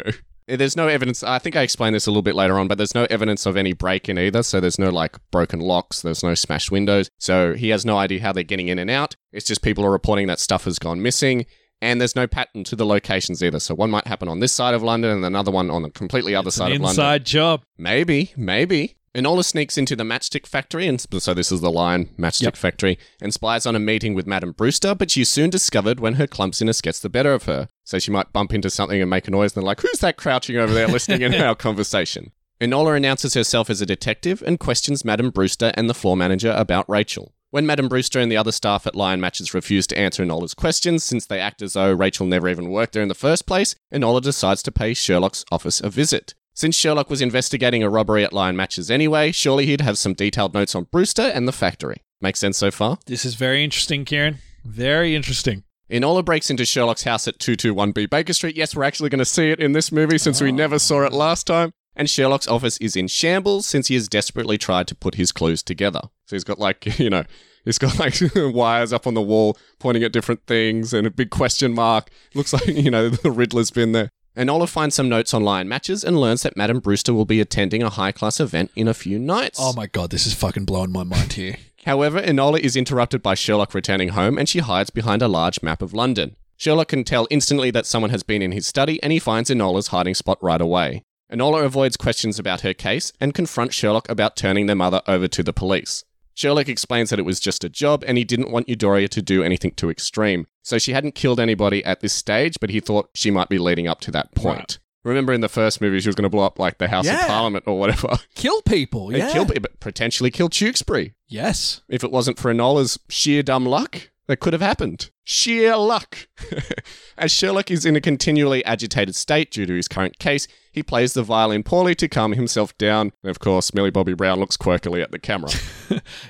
[SPEAKER 1] There's no evidence. I think I explained this a little bit later on, but there's no evidence of any break in either. So there's no like broken locks, there's no smashed windows. So he has no idea how they're getting in and out. It's just people are reporting that stuff has gone missing. And there's no pattern to the locations either. So one might happen on this side of London and another one on the completely other
[SPEAKER 2] It's
[SPEAKER 1] side
[SPEAKER 2] an
[SPEAKER 1] of London.
[SPEAKER 2] inside job.
[SPEAKER 1] Maybe, maybe. Enola sneaks into the matchstick factory, and so this is the lion matchstick
[SPEAKER 2] Yep.
[SPEAKER 1] factory, and spies on a meeting with Madame Brewster, but she's soon discovered when her clumsiness gets the better of her. So she might bump into something and make a noise, and they're like, Who's that crouching over there listening in our conversation? Enola announces herself as a detective and questions Madame Brewster and the floor manager about Rachel. When Madame Brewster and the other staff at Lion Matches refuse to answer Enola's questions, since they act as though Rachel never even worked there in the first place, Enola decides to pay Sherlock's office a visit. Since Sherlock was investigating a robbery at Lion Matches anyway, surely he'd have some detailed notes on Brewster and the factory. Make sense so far?
[SPEAKER 2] This is very interesting, Kieran. Very interesting.
[SPEAKER 1] Enola breaks into Sherlock's house at 221B Baker Street. Yes, we're actually going to see it in this movie since we never saw it last time. And Sherlock's office is in shambles since he has desperately tried to put his clues together. So he's got like, you know, he's got like wires up on the wall pointing at different things and a big question mark. Looks like, you know, the Riddler's been there. Enola finds some notes on Lion Matches and learns that Madame Brewster will be attending a high class event in a few nights.
[SPEAKER 2] Oh my god, this is fucking blowing my mind here.
[SPEAKER 1] However, Enola is interrupted by Sherlock returning home and she hides behind a large map of London. Sherlock can tell instantly that someone has been in his study and he finds Enola's hiding spot right away. Enola avoids questions about her case and confronts Sherlock about turning their mother over to the police. Sherlock explains that it was just a job and he didn't want Eudoria to do anything too extreme. So she hadn't killed anybody at this stage, but he thought she might be leading up to that point.
[SPEAKER 2] Right.
[SPEAKER 1] Remember in the first movie, she was going to blow up like the House
[SPEAKER 2] Yeah.
[SPEAKER 1] of Parliament or whatever.
[SPEAKER 2] kill people.
[SPEAKER 1] And kill, but potentially kill Tewkesbury
[SPEAKER 2] yes.
[SPEAKER 1] if it wasn't for Enola's sheer dumb luck, that could have happened. Sheer luck. As Sherlock is in a continually agitated state due to his current case, he plays the violin poorly to calm himself down. And of course, Millie Bobby Brown looks quirkily at the camera.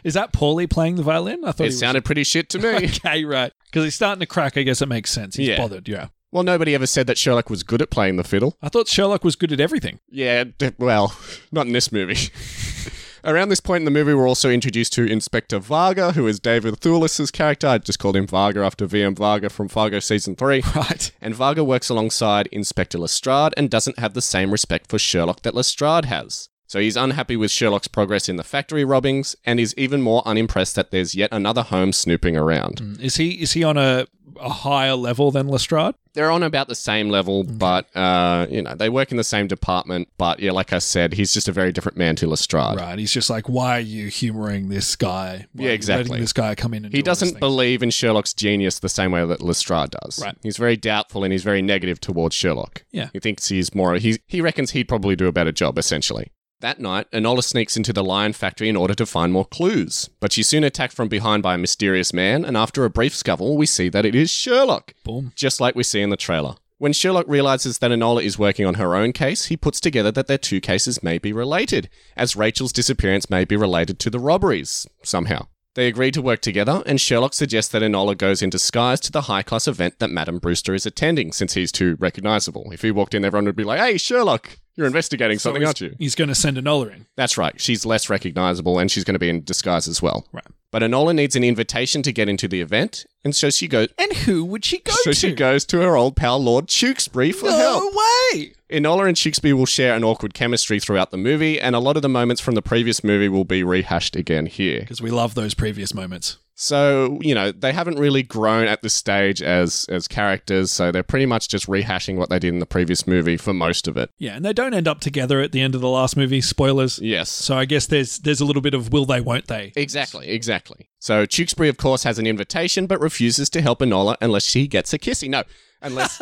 [SPEAKER 2] Is that Paulie playing the violin? I thought he
[SPEAKER 1] it
[SPEAKER 2] was-
[SPEAKER 1] sounded pretty shit to me.
[SPEAKER 2] okay, right? Because he's starting to crack. I guess it makes sense. He's
[SPEAKER 1] Yeah.
[SPEAKER 2] bothered. Yeah.
[SPEAKER 1] well, nobody ever said that Sherlock was good at playing the fiddle.
[SPEAKER 2] I thought Sherlock was good at everything.
[SPEAKER 1] Yeah, d- well, not in this movie. Around this point in the movie, we're also introduced to Inspector Varga, who is David Thewlis's character. I just called him Varga after VM Varga from Fargo Season 3.
[SPEAKER 2] Right.
[SPEAKER 1] and Varga works alongside Inspector Lestrade and doesn't have the same respect for Sherlock that Lestrade has. So he's unhappy with Sherlock's progress in the factory robbings and is even more unimpressed that there's yet another home snooping around.
[SPEAKER 2] Mm, Is he is he on a, a higher level than Lestrade?
[SPEAKER 1] They're on about the same level,
[SPEAKER 2] Mm.
[SPEAKER 1] but, uh, you know, they work in the same department, but yeah, like I said, he's just a very different man to Lestrade.
[SPEAKER 2] Right. He's just like, why are you humoring this guy? Why
[SPEAKER 1] Yeah,
[SPEAKER 2] are you
[SPEAKER 1] exactly.
[SPEAKER 2] Letting this guy come in and
[SPEAKER 1] He
[SPEAKER 2] do all this
[SPEAKER 1] doesn't
[SPEAKER 2] thing?
[SPEAKER 1] believe in Sherlock's genius the same way that Lestrade does.
[SPEAKER 2] Right.
[SPEAKER 1] He's very doubtful and he's very negative towards Sherlock.
[SPEAKER 2] Yeah.
[SPEAKER 1] He thinks he's more. He he reckons he'd probably do a better job. Essentially. That night, Enola sneaks into the lion factory in order to find more clues, but she's soon attacked from behind by a mysterious man, and after a brief scuffle, we see that it is Sherlock,
[SPEAKER 2] Boom.
[SPEAKER 1] just like we see in the trailer. When Sherlock realizes that Enola is working on her own case, he puts together that their two cases may be related, as Rachel's disappearance may be related to the robberies, somehow. They agree to work together, and Sherlock suggests that Enola goes in disguise to the high class event that Madame Brewster is attending, since he's too recognizable. If he walked in, everyone would be like, hey, Sherlock, you're investigating something,
[SPEAKER 2] he's-
[SPEAKER 1] aren't you?
[SPEAKER 2] He's going to send Enola in.
[SPEAKER 1] That's right. She's less recognizable and she's going to be in disguise as well.
[SPEAKER 2] Right.
[SPEAKER 1] But Enola needs an invitation to get into the event, and so she goes.
[SPEAKER 2] And who would she go
[SPEAKER 1] So
[SPEAKER 2] to?
[SPEAKER 1] she goes to her old pal Lord Tewkesbury for help.
[SPEAKER 2] no way.
[SPEAKER 1] Enola and Tewkesbury will share an awkward chemistry throughout the movie, and a lot of the moments from the previous movie will be rehashed again here.
[SPEAKER 2] Because we love those previous moments.
[SPEAKER 1] So you know they haven't really grown at this stage as as characters, so they're pretty much just rehashing what they did in the previous movie for most of it.
[SPEAKER 2] Yeah, and they don't end up together at the end of the last movie. Spoilers.
[SPEAKER 1] Yes.
[SPEAKER 2] So I guess there's there's a little bit of will they, won't they?
[SPEAKER 1] Exactly, exactly. So Tewkesbury, of course, has an invitation, but refuses to help Enola unless she gets a kissy. No, unless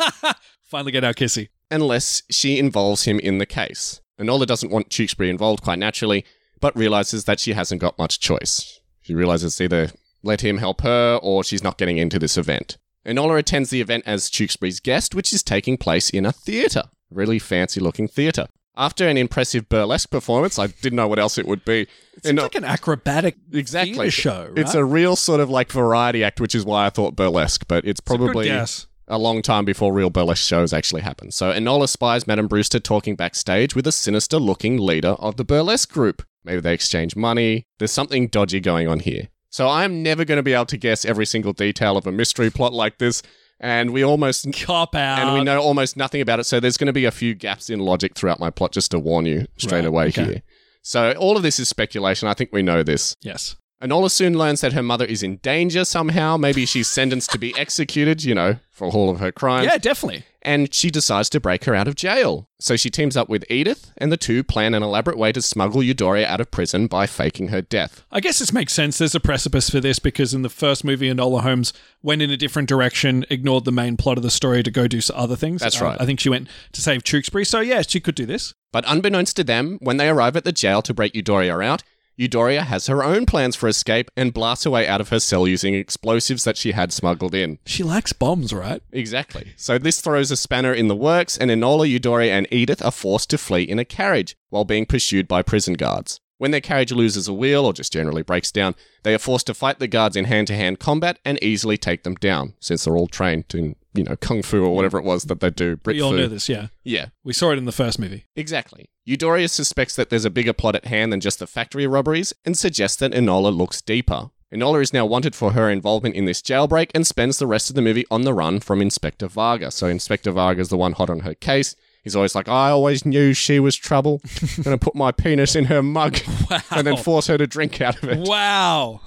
[SPEAKER 2] Finally get our kissy.
[SPEAKER 1] unless she involves him in the case. Enola doesn't want Tewkesbury involved, quite naturally, but realizes that she hasn't got much choice. She realizes either let him help her or she's not getting into this event. Enola attends the event as Tewkesbury's guest, which is taking place in a theatre. Really fancy looking theatre. After an impressive burlesque performance, I didn't know what else it would be.
[SPEAKER 2] It's
[SPEAKER 1] Eno-
[SPEAKER 2] like an acrobatic
[SPEAKER 1] uh, Exactly.
[SPEAKER 2] theater show. Right?
[SPEAKER 1] It's a real sort of like variety act, which is why I thought burlesque, but it's
[SPEAKER 2] Good
[SPEAKER 1] probably a,
[SPEAKER 2] guess.
[SPEAKER 1] long time before real burlesque shows actually happen. So Enola spies Madame Brewster talking backstage with a sinister looking leader of the burlesque group. Maybe they exchange money. There's something dodgy going on here. So I'm never going to be able to guess every single detail of a mystery plot like this, and we almost
[SPEAKER 2] cop out.
[SPEAKER 1] and we know almost nothing about it. So there's going to be a few gaps in logic throughout my plot, just to warn you straight
[SPEAKER 2] Right,
[SPEAKER 1] away
[SPEAKER 2] okay.
[SPEAKER 1] here. So all of this is speculation. I think we know this.
[SPEAKER 2] Yes.
[SPEAKER 1] Enola soon learns that her mother is in danger somehow. Maybe she's sentenced to be executed, you know, for all of her crimes.
[SPEAKER 2] Yeah, definitely.
[SPEAKER 1] And she decides to break her out of jail. So she teams up with Edith, and the two plan an elaborate way to smuggle Eudoria out of prison by faking her death.
[SPEAKER 2] I guess this makes sense. There's a precipice for this because in the first movie, Enola Holmes went in a different direction, ignored the main plot of the story to go do s- other things.
[SPEAKER 1] That's
[SPEAKER 2] Uh,
[SPEAKER 1] right.
[SPEAKER 2] I think she went to save Tewkesbury. So, yeah, she could do this.
[SPEAKER 1] But unbeknownst to them, when they arrive at the jail to break Eudoria out, Eudoria has her own plans for escape and blasts her way out of her cell using explosives that she had smuggled in.
[SPEAKER 2] She likes bombs, right?
[SPEAKER 1] Exactly. So this throws a spanner in the works, and Enola, Eudoria, and Edith are forced to flee in a carriage while being pursued by prison guards. When their carriage loses a wheel or just generally breaks down, they are forced to fight the guards in hand to hand combat and easily take them down, since they're all trained in, you know, kung fu or whatever it was that they do. Brick
[SPEAKER 2] we all
[SPEAKER 1] fu.
[SPEAKER 2] know this, yeah.
[SPEAKER 1] Yeah,
[SPEAKER 2] We saw it in the first movie.
[SPEAKER 1] exactly. Eudoria suspects that there's a bigger plot at hand than just the factory robberies and suggests that Enola looks deeper. Enola is now wanted for her involvement in this jailbreak and spends the rest of the movie on the run from Inspector Varga. So Inspector Varga's the one hot on her case. He's always like, I always knew she was trouble. Gonna put my penis in her mug
[SPEAKER 2] Wow.
[SPEAKER 1] and then force her to drink out of it.
[SPEAKER 2] wow.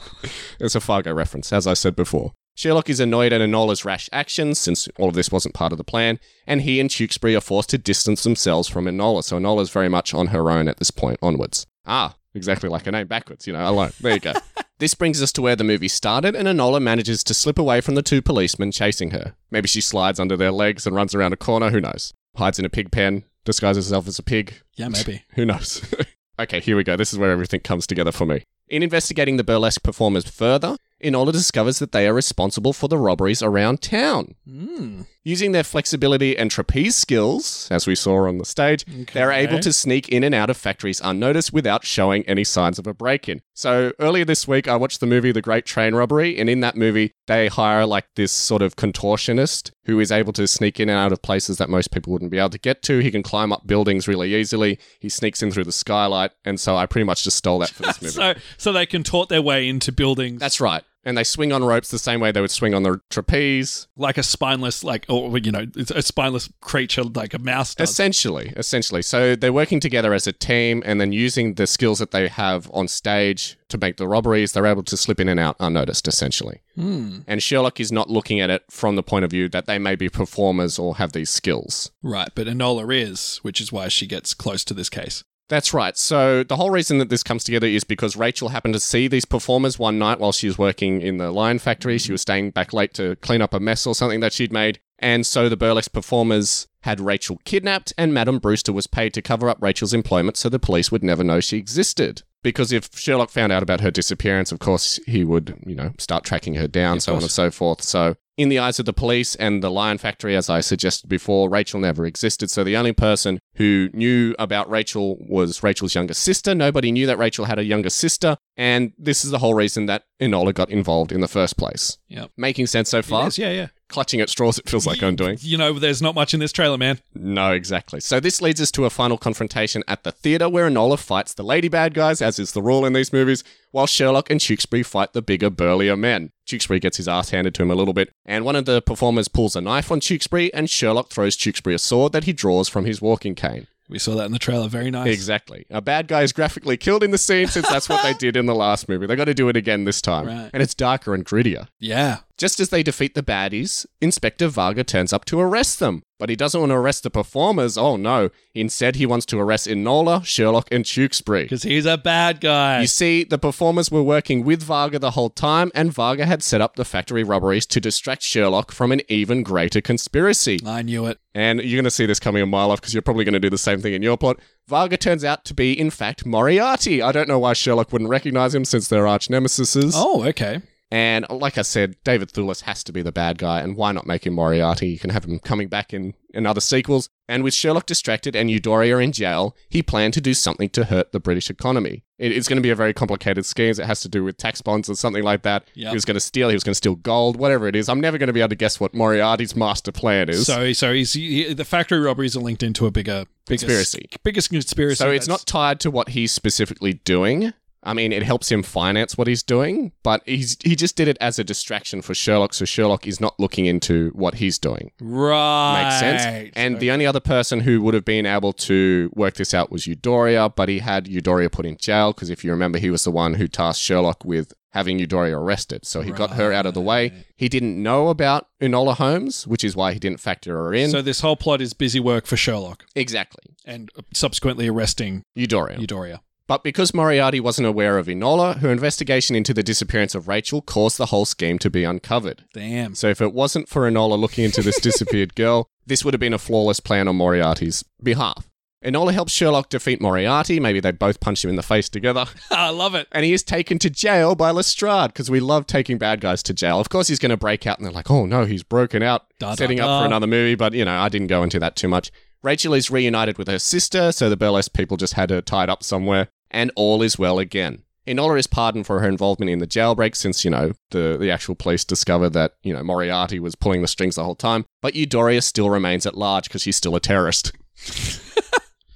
[SPEAKER 1] It's a Fargo reference, as I said before. Sherlock is annoyed at Enola's rash actions, since all of this wasn't part of the plan, and he and Tewkesbury are forced to distance themselves from Enola, so Enola's very much on her own at this point onwards. Ah, exactly like her name backwards, you know, alone. There you go. this brings us to where the movie started, and Enola manages to slip away from the two policemen chasing her. Maybe she slides under their legs and runs around a corner, who knows? Hides in a pig pen, disguises herself as a pig,
[SPEAKER 2] Yeah, maybe.
[SPEAKER 1] who knows? okay, here we go. This is where everything comes together for me. In investigating the burlesque performers further, Inola discovers that they are responsible for the robberies around town.
[SPEAKER 2] Mm,
[SPEAKER 1] Using their flexibility and trapeze skills, as we saw on the stage, they're
[SPEAKER 2] okay.
[SPEAKER 1] able to sneak in and out of factories unnoticed without showing any signs of a break in. So, earlier this week, I watched the movie The Great Train Robbery, and in that movie, they hire like this sort of contortionist who is able to sneak in and out of places that most people wouldn't be able to get to. He can climb up buildings really easily, he sneaks in through the skylight, and so I pretty much just stole that for this movie.
[SPEAKER 2] So, so they contort their way into buildings
[SPEAKER 1] That's right. And they swing on ropes the same way they would swing on the trapeze.
[SPEAKER 2] like a spineless, like, or, you know, it's a spineless creature like a mouse does.
[SPEAKER 1] Essentially, essentially. So they're working together as a team and then using the skills that they have on stage to make the robberies, they're able to slip in and out unnoticed, essentially.
[SPEAKER 2] Hmm.
[SPEAKER 1] And Sherlock is not looking at it from the point of view that they may be performers or have these skills.
[SPEAKER 2] Right, but Enola is, which is why she gets close to this case.
[SPEAKER 1] That's right. So the whole reason that this comes together is because Rachel happened to see these performers one night while she was working in the lion factory. She was staying back late to clean up a mess or something that she'd made. And so the burlesque performers had Rachel kidnapped, and Madame Brewster was paid to cover up Rachel's employment so the police would never know she existed. Because if Sherlock found out about her disappearance, of course, he would, you know, start tracking her down,
[SPEAKER 2] Of
[SPEAKER 1] so on
[SPEAKER 2] course.
[SPEAKER 1] and so forth. So in the eyes of the police and the Lion Factory, as I suggested before, Rachel never existed. So the only person who knew about Rachel was Rachel's younger sister. Nobody knew that Rachel had a younger sister. And this is the whole reason that Enola got involved in the first place.
[SPEAKER 2] Yep.
[SPEAKER 1] Making sense so
[SPEAKER 2] It
[SPEAKER 1] far?
[SPEAKER 2] is, yeah, yeah.
[SPEAKER 1] Clutching at straws, it feels like I'm doing.
[SPEAKER 2] You know, there's not much in this trailer, man.
[SPEAKER 1] No, exactly. So this leads us to a final confrontation at the theater where Enola fights the lady bad guys, as is the rule in these movies, while Sherlock and Tewksbury fight the bigger, burlier men. Tewksbury gets his ass handed to him a little bit, and one of the performers pulls a knife on Tewksbury, and Sherlock throws Tewksbury a sword that he draws from his walking cane.
[SPEAKER 2] We saw that in the trailer. Very nice.
[SPEAKER 1] Exactly. A bad guy is graphically killed in the scene since that's what they did in the last movie. They got to do it again this time.
[SPEAKER 2] Right.
[SPEAKER 1] And it's darker and grittier.
[SPEAKER 2] Yeah.
[SPEAKER 1] Just as they defeat the baddies, Inspector Varga turns up to arrest them. But he doesn't want to arrest the performers, oh no. Instead, he wants to arrest Inola, Sherlock, and Tewksbury.
[SPEAKER 2] Because he's a bad guy.
[SPEAKER 1] You see, the performers were working with Varga the whole time, and Varga had set up the factory robberies to distract Sherlock from an even greater conspiracy.
[SPEAKER 2] I knew it.
[SPEAKER 1] And you're going to see this coming a mile off because you're probably going to do the same thing in your plot. Varga turns out to be, in fact, Moriarty. I don't know why Sherlock wouldn't recognize him since they're arch nemesises.
[SPEAKER 2] Oh, okay.
[SPEAKER 1] And like I said, David Thewlis has to be the bad guy, and why not make him Moriarty? You can have him coming back in, in other sequels. And with Sherlock distracted and Eudoria in jail, he planned to do something to hurt the British economy. It- it's going to be a very complicated scheme. It has to do with tax bonds or something like that.
[SPEAKER 2] Yep.
[SPEAKER 1] He was going to steal, he was going to steal gold, whatever it is. I'm never going to be able to guess what Moriarty's master plan is.
[SPEAKER 2] So, so he's, he, the factory robberies are linked into a bigger, bigger
[SPEAKER 1] Conspiracy.
[SPEAKER 2] Biggest conspiracy.
[SPEAKER 1] So it's
[SPEAKER 2] that's-
[SPEAKER 1] not tied to what he's specifically doing. I mean, it helps him finance what he's doing, but he's he just did it as a distraction for Sherlock. So Sherlock is not looking into what he's doing.
[SPEAKER 2] right.
[SPEAKER 1] Makes sense. And the only other person who would have been able to work this out was Eudoria, but he had Eudoria put in jail because if you remember, he was the one who tasked Sherlock with having Eudoria arrested. So he got her out of the way. He didn't know about Enola Holmes, which is why he didn't factor her in.
[SPEAKER 2] so this whole plot is busy work for Sherlock
[SPEAKER 1] exactly.
[SPEAKER 2] and subsequently arresting
[SPEAKER 1] Eudoria.
[SPEAKER 2] Eudoria.
[SPEAKER 1] But because Moriarty wasn't aware of Enola, her investigation into the disappearance of Rachel caused the whole scheme to be uncovered.
[SPEAKER 2] Damn.
[SPEAKER 1] So if it wasn't for Enola looking into this disappeared girl, this would have been a flawless plan on Moriarty's behalf. Enola helps Sherlock defeat Moriarty. Maybe they both punch him in the face together.
[SPEAKER 2] I love it.
[SPEAKER 1] And he is taken to jail by Lestrade because we love taking bad guys to jail. Of course, he's going to break out, and they're like, oh no, he's broken out,
[SPEAKER 2] Da, da,
[SPEAKER 1] setting up
[SPEAKER 2] da.
[SPEAKER 1] for another movie. But, you know, I didn't go into that too much. Rachel is reunited with her sister, so the burlesque people just had her tied up somewhere, and all is well again. Enola is pardoned for her involvement in the jailbreak since, you know, the, the actual police discovered that, you know, Moriarty was pulling the strings the whole time. But Eudoria still remains at large because she's still a terrorist.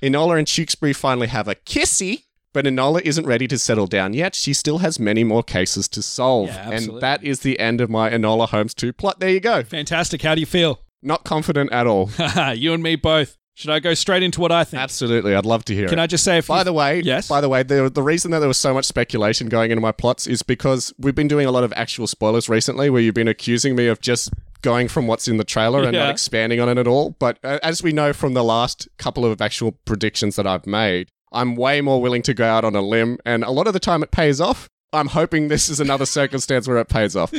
[SPEAKER 1] Enola and Tewksbury finally have a kissy, but Enola isn't ready to settle down yet. She still has many more cases to solve.
[SPEAKER 2] Yeah, absolutely.
[SPEAKER 1] and that is the end of my Enola Holmes 2 plot. There you go.
[SPEAKER 2] Fantastic. How do you feel?
[SPEAKER 1] Not confident at all.
[SPEAKER 2] you and me both. Should I go straight into what I think?
[SPEAKER 1] Absolutely. I'd love to hear
[SPEAKER 2] Can
[SPEAKER 1] it.
[SPEAKER 2] I just say if
[SPEAKER 1] by
[SPEAKER 2] you-
[SPEAKER 1] the way,
[SPEAKER 2] Yes?
[SPEAKER 1] by the way, the, the reason that there was so much speculation going into my plots is because we've been doing a lot of actual spoilers recently where you've been accusing me of just going from what's in the trailer and
[SPEAKER 2] Yeah.
[SPEAKER 1] not expanding on it at all. But uh, as we know from the last couple of actual predictions that I've made, I'm way more willing to go out on a limb and a lot of the time it pays off. I'm hoping this is another circumstance where it pays off.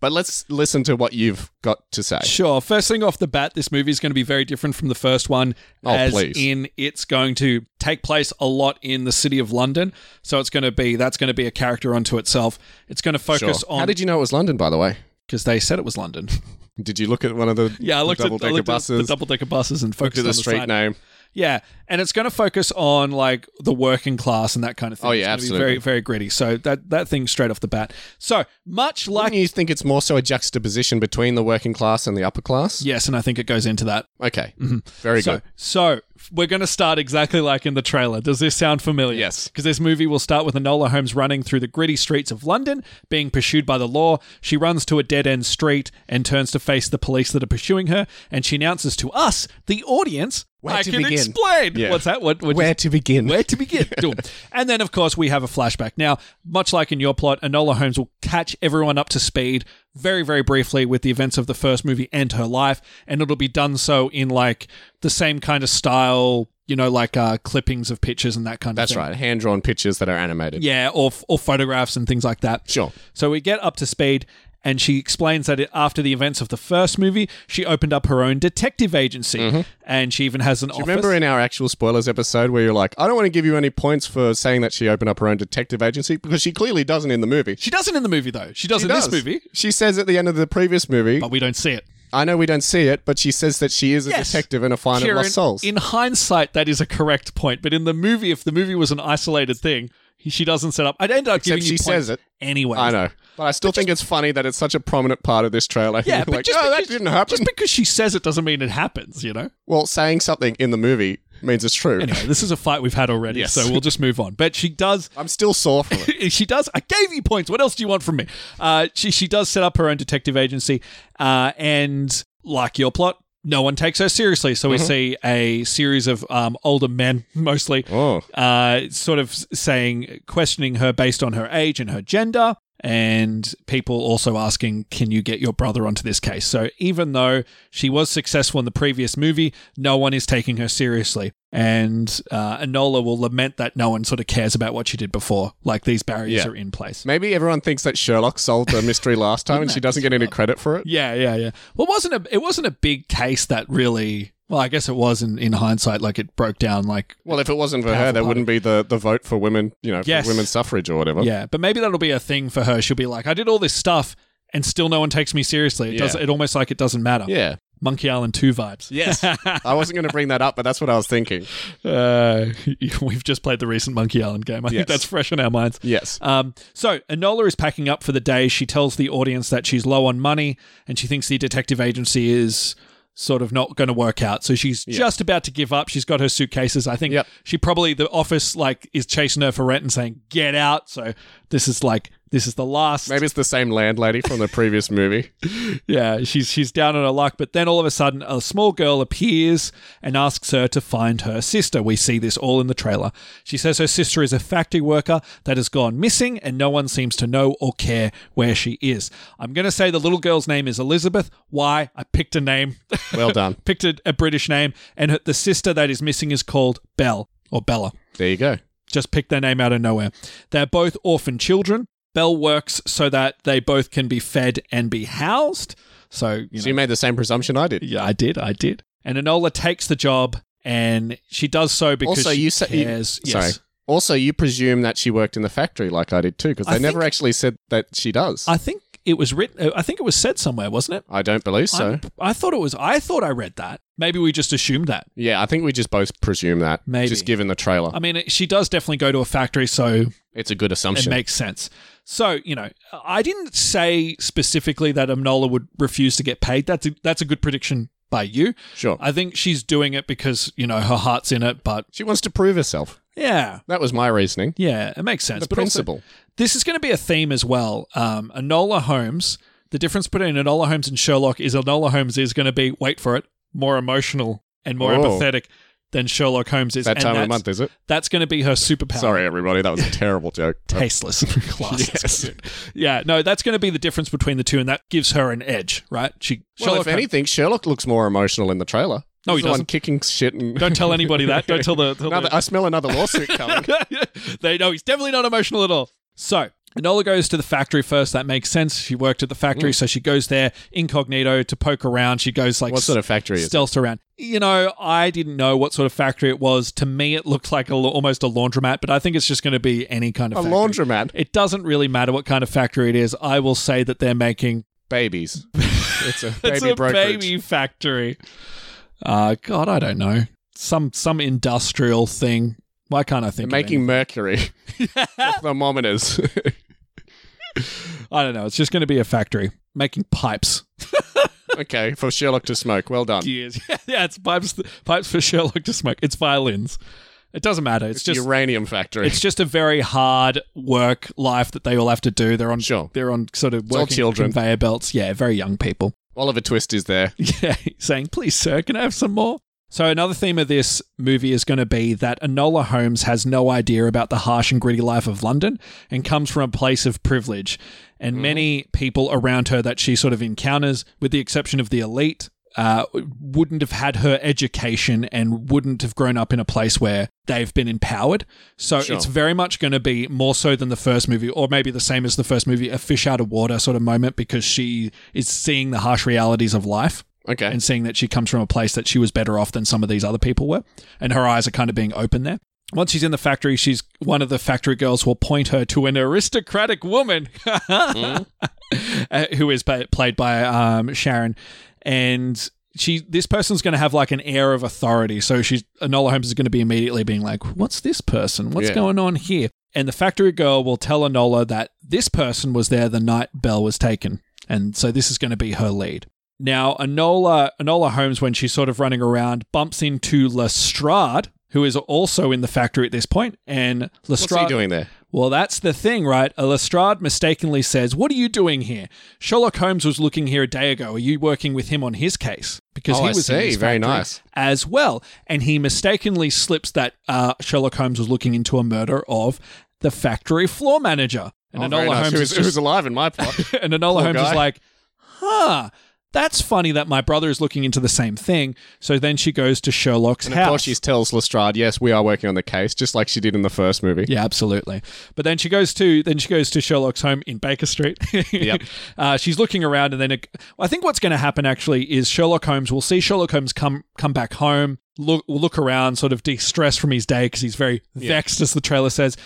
[SPEAKER 1] But let's listen to what you've got to say.
[SPEAKER 2] Sure. First thing off the bat, this movie is going to be very different from the first one.
[SPEAKER 1] Oh,
[SPEAKER 2] as
[SPEAKER 1] please.
[SPEAKER 2] in it's going to take place a lot in the city of London. So it's going to be that's going to be a character unto itself. It's going to focus
[SPEAKER 1] Sure. How
[SPEAKER 2] on
[SPEAKER 1] did you know it was London, by the way?
[SPEAKER 2] because they said it was London.
[SPEAKER 1] Did you look at one of the,
[SPEAKER 2] yeah, I looked at,
[SPEAKER 1] double
[SPEAKER 2] I
[SPEAKER 1] decker
[SPEAKER 2] looked at
[SPEAKER 1] buses?
[SPEAKER 2] the double decker buses and focused
[SPEAKER 1] to
[SPEAKER 2] on
[SPEAKER 1] the street
[SPEAKER 2] side.
[SPEAKER 1] name.
[SPEAKER 2] Yeah, and it's going to focus on like the working class and that kind of thing.
[SPEAKER 1] Oh,
[SPEAKER 2] It's
[SPEAKER 1] yeah,
[SPEAKER 2] going to be
[SPEAKER 1] absolutely.
[SPEAKER 2] very very gritty. So that that thing straight off the bat. So much like
[SPEAKER 1] Wouldn't you think it's more so a juxtaposition between the working class and the upper class?
[SPEAKER 2] yes, and I think it goes into that.
[SPEAKER 1] Okay. Very
[SPEAKER 2] Mm-hmm. So,
[SPEAKER 1] good.
[SPEAKER 2] so we're going to start exactly like in the trailer. Does this sound familiar?
[SPEAKER 1] Yes.
[SPEAKER 2] Because this movie will start with Enola Holmes running through the gritty streets of London, being pursued by the law. She runs to a dead end street and turns to face the police that are pursuing her. And she announces to us, the audience,
[SPEAKER 1] Where
[SPEAKER 2] I
[SPEAKER 1] to
[SPEAKER 2] can
[SPEAKER 1] begin?"
[SPEAKER 2] explain.
[SPEAKER 1] Yeah.
[SPEAKER 2] What's that? What, what
[SPEAKER 1] Where to begin?
[SPEAKER 2] where to begin? Doom. and then, of course, we have a flashback. Now, much like in your plot, Enola Holmes will catch everyone up to speed very, very briefly with the events of the first movie and her life, and it'll be done so in like the same kind of style, you know, like uh, clippings of pictures and that kind
[SPEAKER 1] That's
[SPEAKER 2] of thing.
[SPEAKER 1] right. Hand drawn pictures that are animated.
[SPEAKER 2] Yeah, or, or photographs and things like that.
[SPEAKER 1] Sure.
[SPEAKER 2] So we get up to speed, and she explains that it, after the events of the first movie, she opened up her own detective agency, and she even has an office.
[SPEAKER 1] Mm-hmm. Remember in our actual spoilers episode where you're like, I don't want to give you any points for saying that she opened up her own detective agency because she clearly doesn't in the movie.
[SPEAKER 2] she doesn't in the movie though. She does
[SPEAKER 1] She
[SPEAKER 2] in
[SPEAKER 1] does.
[SPEAKER 2] this movie,
[SPEAKER 1] She says at the end of the previous movie,
[SPEAKER 2] but we don't see it.
[SPEAKER 1] I know we don't see it, but she says that she is a
[SPEAKER 2] Yes.
[SPEAKER 1] detective and a finder of
[SPEAKER 2] Kieran,
[SPEAKER 1] lost souls.
[SPEAKER 2] In hindsight, that is a correct point. But in the movie, if the movie was an isolated thing, he- she doesn't set up. I'd end up giving
[SPEAKER 1] she
[SPEAKER 2] you
[SPEAKER 1] says
[SPEAKER 2] points
[SPEAKER 1] it.
[SPEAKER 2] anyway.
[SPEAKER 1] I know. But I still think it's funny that it's such a prominent part of this trailer.
[SPEAKER 2] Yeah,
[SPEAKER 1] You're
[SPEAKER 2] but
[SPEAKER 1] like,
[SPEAKER 2] just
[SPEAKER 1] oh,
[SPEAKER 2] because,
[SPEAKER 1] that didn't happen.
[SPEAKER 2] Just because she says it doesn't mean it happens, you know.
[SPEAKER 1] well, saying something in the movie means it's true.
[SPEAKER 2] Anyway, this is a fight we've had already,
[SPEAKER 1] Yes.
[SPEAKER 2] so we'll just move on. But she does.
[SPEAKER 1] I'm still sore from it.
[SPEAKER 2] She does. I gave you points. What else do you want from me? Uh, she she does set up her own detective agency, uh, and like your plot, no one takes her seriously. So we
[SPEAKER 1] Mm-hmm.
[SPEAKER 2] see a series of um, older men, mostly,
[SPEAKER 1] Oh.
[SPEAKER 2] uh, sort of saying, questioning her based on her age and her gender, and people also asking, can you get your brother onto this case? So even though she was successful in the previous movie, no one is taking her seriously. And uh, Enola will lament that no one sort of cares about what she did before. Like these barriers
[SPEAKER 1] Yeah.
[SPEAKER 2] are in place.
[SPEAKER 1] Maybe everyone thinks that Sherlock solved the mystery last time and she doesn't get any credit for it.
[SPEAKER 2] Yeah, yeah, yeah. Well, it wasn't a it wasn't a big case that really. Well, I guess it was in, in hindsight. Like it broke down. Like
[SPEAKER 1] Well, if it wasn't for her,
[SPEAKER 2] Powerful
[SPEAKER 1] there
[SPEAKER 2] party.
[SPEAKER 1] wouldn't be the, the vote for women, you know,
[SPEAKER 2] Yes.
[SPEAKER 1] for women's suffrage or whatever.
[SPEAKER 2] Yeah, but maybe that'll be a thing for her. She'll be like, I did all this stuff and still no one takes me seriously. It does
[SPEAKER 1] Yeah.
[SPEAKER 2] it almost like it doesn't matter.
[SPEAKER 1] Yeah.
[SPEAKER 2] Monkey Island 2 vibes.
[SPEAKER 1] Yes. I wasn't going to bring that up, but that's what I was thinking.
[SPEAKER 2] Uh, we've just played the recent Monkey Island game. I
[SPEAKER 1] Yes.
[SPEAKER 2] think that's fresh in our minds.
[SPEAKER 1] Yes.
[SPEAKER 2] Um, so Enola is packing up for the day. She tells the audience that she's low on money and she thinks the detective agency is sort of not going to work out. So she's just about to give up. She's got her suitcases. I think
[SPEAKER 1] Yep.
[SPEAKER 2] she probably the office like is chasing her for rent and saying get out. So this is like this is the last.
[SPEAKER 1] Maybe it's the same landlady from the previous movie.
[SPEAKER 2] Yeah, she's she's down on her luck, but then all of a sudden a small girl appears and asks her to find her sister. We see this all in the trailer. She says her sister is a factory worker that has gone missing and no one seems to know or care where she is. I'm going to say the little girl's name is Elizabeth. Why? I picked a name.
[SPEAKER 1] Well done.
[SPEAKER 2] picked a, a British name and her, the sister that is missing is called Belle or Bella
[SPEAKER 1] There you go.
[SPEAKER 2] just picked their name out of nowhere. They're both orphan children. Bell works so that they both can be fed and be housed. So, you
[SPEAKER 1] So
[SPEAKER 2] know,
[SPEAKER 1] you made the same presumption I did.
[SPEAKER 2] yeah, I did, I did. And Enola takes the job, and she does so because
[SPEAKER 1] Also,
[SPEAKER 2] she
[SPEAKER 1] you say- you-
[SPEAKER 2] cares.
[SPEAKER 1] Sorry.
[SPEAKER 2] yes,
[SPEAKER 1] Also, you presume that she worked in the factory like I did too, because
[SPEAKER 2] I
[SPEAKER 1] they never
[SPEAKER 2] think-
[SPEAKER 1] actually said that she does. I,
[SPEAKER 2] I think it was written. I think it was said somewhere, wasn't it?
[SPEAKER 1] don't believe so.
[SPEAKER 2] I'm- I thought it was. I thought I read that. Maybe we just assumed that.
[SPEAKER 1] yeah, I think we just both presume that.
[SPEAKER 2] Maybe.
[SPEAKER 1] Just given the trailer.
[SPEAKER 2] I mean, she does definitely go to a factory, so
[SPEAKER 1] it's a good
[SPEAKER 2] it
[SPEAKER 1] assumption.
[SPEAKER 2] makes sense. So you know, I didn't say specifically that Amnola would refuse to get paid. That's a, that's a good prediction by you.
[SPEAKER 1] sure.
[SPEAKER 2] I think she's doing it because you know her heart's in it. But
[SPEAKER 1] she wants to prove herself.
[SPEAKER 2] yeah,
[SPEAKER 1] That was my reasoning.
[SPEAKER 2] yeah, it makes sense.
[SPEAKER 1] The
[SPEAKER 2] but also,
[SPEAKER 1] principle.
[SPEAKER 2] this is going to be a theme as well. Um, Enola Holmes. The difference between Enola Holmes and Sherlock is Enola Holmes is going to be wait for it more emotional and more
[SPEAKER 1] Oh.
[SPEAKER 2] empathetic than Sherlock Holmes is.
[SPEAKER 1] that
[SPEAKER 2] and
[SPEAKER 1] time of the
[SPEAKER 2] that's-
[SPEAKER 1] month, is it?
[SPEAKER 2] That's going to be her superpower.
[SPEAKER 1] Sorry, everybody. That was a terrible joke.
[SPEAKER 2] tasteless class.
[SPEAKER 1] Yes.
[SPEAKER 2] Yeah, no, that's going to be the difference between the two, and that gives her an edge, right? She
[SPEAKER 1] Well, if
[SPEAKER 2] Holmes-
[SPEAKER 1] anything, Sherlock looks more emotional in the trailer.
[SPEAKER 2] No,
[SPEAKER 1] He's
[SPEAKER 2] he
[SPEAKER 1] the one
[SPEAKER 2] doesn't.
[SPEAKER 1] kicking shit and.
[SPEAKER 2] Don't tell anybody that. Don't tell the. Tell
[SPEAKER 1] Another- I smell another lawsuit coming.
[SPEAKER 2] the they know he's definitely not emotional at all. So. Enola goes to the factory first. That makes sense. She worked at the factory,
[SPEAKER 1] Mm.
[SPEAKER 2] so she goes there incognito to poke around. She goes like
[SPEAKER 1] what sort of factory is? it?
[SPEAKER 2] stealth around. You know, I didn't know what sort of factory it was. To me, it looked like a, almost a laundromat, but I think it's just going to be any kind of
[SPEAKER 1] A
[SPEAKER 2] factory.
[SPEAKER 1] laundromat.
[SPEAKER 2] It doesn't really matter what kind of factory it is. I will say that they're making
[SPEAKER 1] Babies. It's a baby
[SPEAKER 2] it's a
[SPEAKER 1] brokerage.
[SPEAKER 2] baby factory. Uh God, I don't know. Some some industrial thing. Why can't I think?
[SPEAKER 1] They're
[SPEAKER 2] of
[SPEAKER 1] making mercury. thermometers.
[SPEAKER 2] any? I don't know. It's just going to be a factory making pipes.
[SPEAKER 1] okay, for Sherlock to smoke. Well done.
[SPEAKER 2] Gears. yeah, it's pipes. Pipes for Sherlock to smoke. It's violins. It doesn't matter. It's,
[SPEAKER 1] It's
[SPEAKER 2] just
[SPEAKER 1] the uranium factory.
[SPEAKER 2] it's just a very hard work life that they all have to do. They're on
[SPEAKER 1] Sure.
[SPEAKER 2] they're on sort of
[SPEAKER 1] all
[SPEAKER 2] working
[SPEAKER 1] children.
[SPEAKER 2] conveyor belts. Yeah, very young people.
[SPEAKER 1] Oliver Twist is there.
[SPEAKER 2] Yeah, saying, please, sir, can I have some more? So, another theme of this movie is going to be that Enola Holmes has no idea about the harsh and gritty life of London and comes from a place of privilege. And many people around her that she sort of encounters, with the exception of the elite, uh, wouldn't have had her education and wouldn't have grown up in a place where they've been empowered. So
[SPEAKER 1] Sure.
[SPEAKER 2] it's very much going to be more so than the first movie, or maybe the same as the first movie, a fish out of water sort of moment because she is seeing the harsh realities of life
[SPEAKER 1] Okay.
[SPEAKER 2] and seeing that she comes from a place that she was better off than some of these other people were. And her eyes are kind of being open there. Once she's in the factory, she's one of the factory girls will point her to an aristocratic woman
[SPEAKER 1] Mm-hmm.
[SPEAKER 2] uh, who is pa- played by um, Sharon. And she this person's going to have like an air of authority. So she's Enola Holmes is going to be immediately being like, "What's this person? What's
[SPEAKER 1] Yeah.
[SPEAKER 2] going on here?" And the factory girl will tell Enola that this person was there the night Bell was taken, and so this is going to be her lead. Now, Enola Enola Holmes, when she's sort of running around, bumps into Lestrade, who is also in the factory at this point, and
[SPEAKER 1] What's
[SPEAKER 2] Lestrade
[SPEAKER 1] he doing there?
[SPEAKER 2] well, that's the thing, right? A Lestrade mistakenly says, What are you doing here? Sherlock Holmes was looking here a day ago. Are you working with him on his case? Because
[SPEAKER 1] Oh,
[SPEAKER 2] he
[SPEAKER 1] I
[SPEAKER 2] was in
[SPEAKER 1] see.
[SPEAKER 2] this
[SPEAKER 1] Very
[SPEAKER 2] factory
[SPEAKER 1] nice.
[SPEAKER 2] as well. And he mistakenly slips that uh, Sherlock Holmes was looking into a murder of the factory floor manager. And
[SPEAKER 1] Oh, very
[SPEAKER 2] Enola
[SPEAKER 1] nice. who
[SPEAKER 2] Holmes is
[SPEAKER 1] was, who
[SPEAKER 2] just-
[SPEAKER 1] was alive in my plot.
[SPEAKER 2] and Enola
[SPEAKER 1] Poor
[SPEAKER 2] Holmes
[SPEAKER 1] guy.
[SPEAKER 2] is like, huh, that's funny that my brother is looking into the same thing. So then she goes to Sherlock's
[SPEAKER 1] And
[SPEAKER 2] house.
[SPEAKER 1] of course, she tells Lestrade, "Yes, we are working on the case, just like she did in the first movie."
[SPEAKER 2] Yeah, absolutely. But then she goes to then she goes to Sherlock's home in Baker Street.
[SPEAKER 1] Yep.
[SPEAKER 2] Uh, she's looking around, and then it, I think what's going to happen actually is Sherlock Holmes. We'll see Sherlock Holmes come come back home, look will look around, sort of de-stress from his day because he's very vexed, as the trailer says.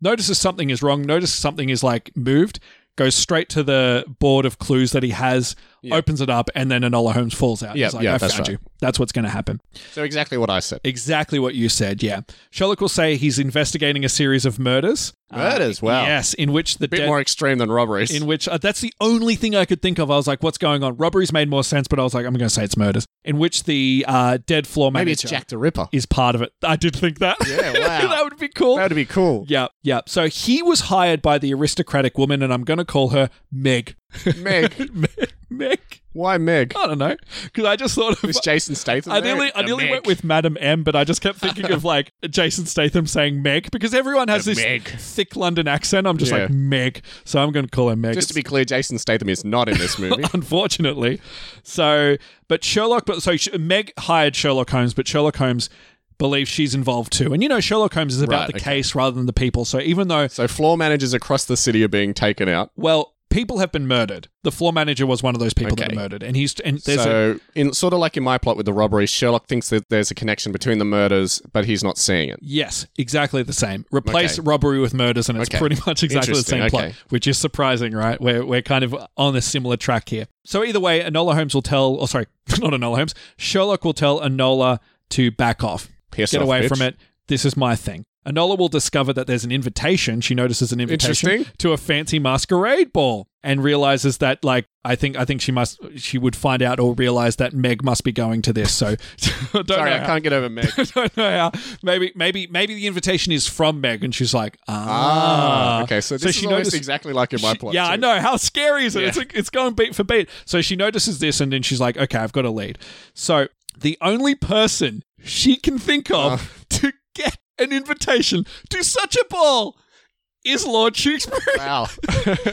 [SPEAKER 2] Notices something is wrong. Notices something is like moved. Goes straight to the board of clues that he has, opens it up, and then Enola Holmes falls out.
[SPEAKER 1] Yeah,
[SPEAKER 2] He's like,
[SPEAKER 1] yeah,
[SPEAKER 2] I
[SPEAKER 1] that's
[SPEAKER 2] found
[SPEAKER 1] right.
[SPEAKER 2] you. That's what's going to happen.
[SPEAKER 1] So exactly what I said.
[SPEAKER 2] Exactly what you said, yeah. Sherlock will say he's investigating a series of murders.
[SPEAKER 1] Ah, Murders, wow.
[SPEAKER 2] Yes, in which the
[SPEAKER 1] A bit
[SPEAKER 2] dead.
[SPEAKER 1] more extreme than robberies.
[SPEAKER 2] in which uh, that's the only thing I could think of. I was like, "What's going on?" Robberies made more sense, but I was like, "I'm going to say it's murders." In which the uh, dead floor manager
[SPEAKER 1] Maybe it's Jack the Ripper.
[SPEAKER 2] is part of it. I did think that.
[SPEAKER 1] Yeah, wow.
[SPEAKER 2] that would be cool.
[SPEAKER 1] That would be cool.
[SPEAKER 2] yeah, yeah. So he was hired by the aristocratic woman, and I'm going to call her Meg.
[SPEAKER 1] Meg,
[SPEAKER 2] Meg.
[SPEAKER 1] why Meg?
[SPEAKER 2] I don't know because I just thought of
[SPEAKER 1] Is Jason Statham?
[SPEAKER 2] I
[SPEAKER 1] there?
[SPEAKER 2] nearly, I
[SPEAKER 1] The
[SPEAKER 2] nearly
[SPEAKER 1] Meg.
[SPEAKER 2] went with Madam M, but I just kept thinking of like Jason Statham saying Meg because everyone has
[SPEAKER 1] The
[SPEAKER 2] this
[SPEAKER 1] Meg.
[SPEAKER 2] thick London accent. I'm just
[SPEAKER 1] Yeah.
[SPEAKER 2] like Meg, so I'm going to call her Meg.
[SPEAKER 1] Just to be clear, Jason Statham is not in this movie.
[SPEAKER 2] unfortunately, so but Sherlock, but so Sh- Meg hired Sherlock Holmes, but Sherlock Holmes believes she's involved too. And you know, Sherlock Holmes is about
[SPEAKER 1] Right,
[SPEAKER 2] the
[SPEAKER 1] okay.
[SPEAKER 2] case rather than the people. So even though
[SPEAKER 1] so floor managers across the city are being taken out.
[SPEAKER 2] well, people have been murdered, the floor manager was one of those people that
[SPEAKER 1] Okay.
[SPEAKER 2] were murdered, and he's and there's a
[SPEAKER 1] so, in sort of like in my plot with the robbery, Sherlock thinks that there's a connection between the murders, but he's not seeing it.
[SPEAKER 2] Yes, exactly the same. Replace
[SPEAKER 1] Okay.
[SPEAKER 2] robbery with murders, and it's
[SPEAKER 1] Okay.
[SPEAKER 2] pretty much exactly the
[SPEAKER 1] Interesting,
[SPEAKER 2] same plot,
[SPEAKER 1] okay.
[SPEAKER 2] which is surprising, right? We're, we're kind of on a similar track here. So, either way, Enola Holmes will tell, or sorry, not Enola Holmes, Sherlock will tell Enola to back off,
[SPEAKER 1] Piss
[SPEAKER 2] get
[SPEAKER 1] off,
[SPEAKER 2] away
[SPEAKER 1] bitch.
[SPEAKER 2] from it. This is my thing. Enola will discover that there's an invitation. She notices an invitation
[SPEAKER 1] Interesting.
[SPEAKER 2] to a fancy masquerade ball and realizes that, like, I think, I think she must, she would find out or realize that Meg must be going to this. So, don't
[SPEAKER 1] Sorry,
[SPEAKER 2] know
[SPEAKER 1] I
[SPEAKER 2] how-
[SPEAKER 1] can't get over Meg.
[SPEAKER 2] I don't know how. Maybe, maybe, maybe the invitation is from Meg, and she's like, ah,
[SPEAKER 1] ah, okay. So this is almost exactly like in my
[SPEAKER 2] she-
[SPEAKER 1] plot.
[SPEAKER 2] yeah, I
[SPEAKER 1] too.
[SPEAKER 2] know. How scary is it?
[SPEAKER 1] Yeah.
[SPEAKER 2] It's like, it's going beat for beat. So she notices this, and then she's like, okay, I've got a lead. So the only person she can think of
[SPEAKER 1] Uh.
[SPEAKER 2] to get an invitation to such a ball is Lord Tewkesbury.
[SPEAKER 1] Wow.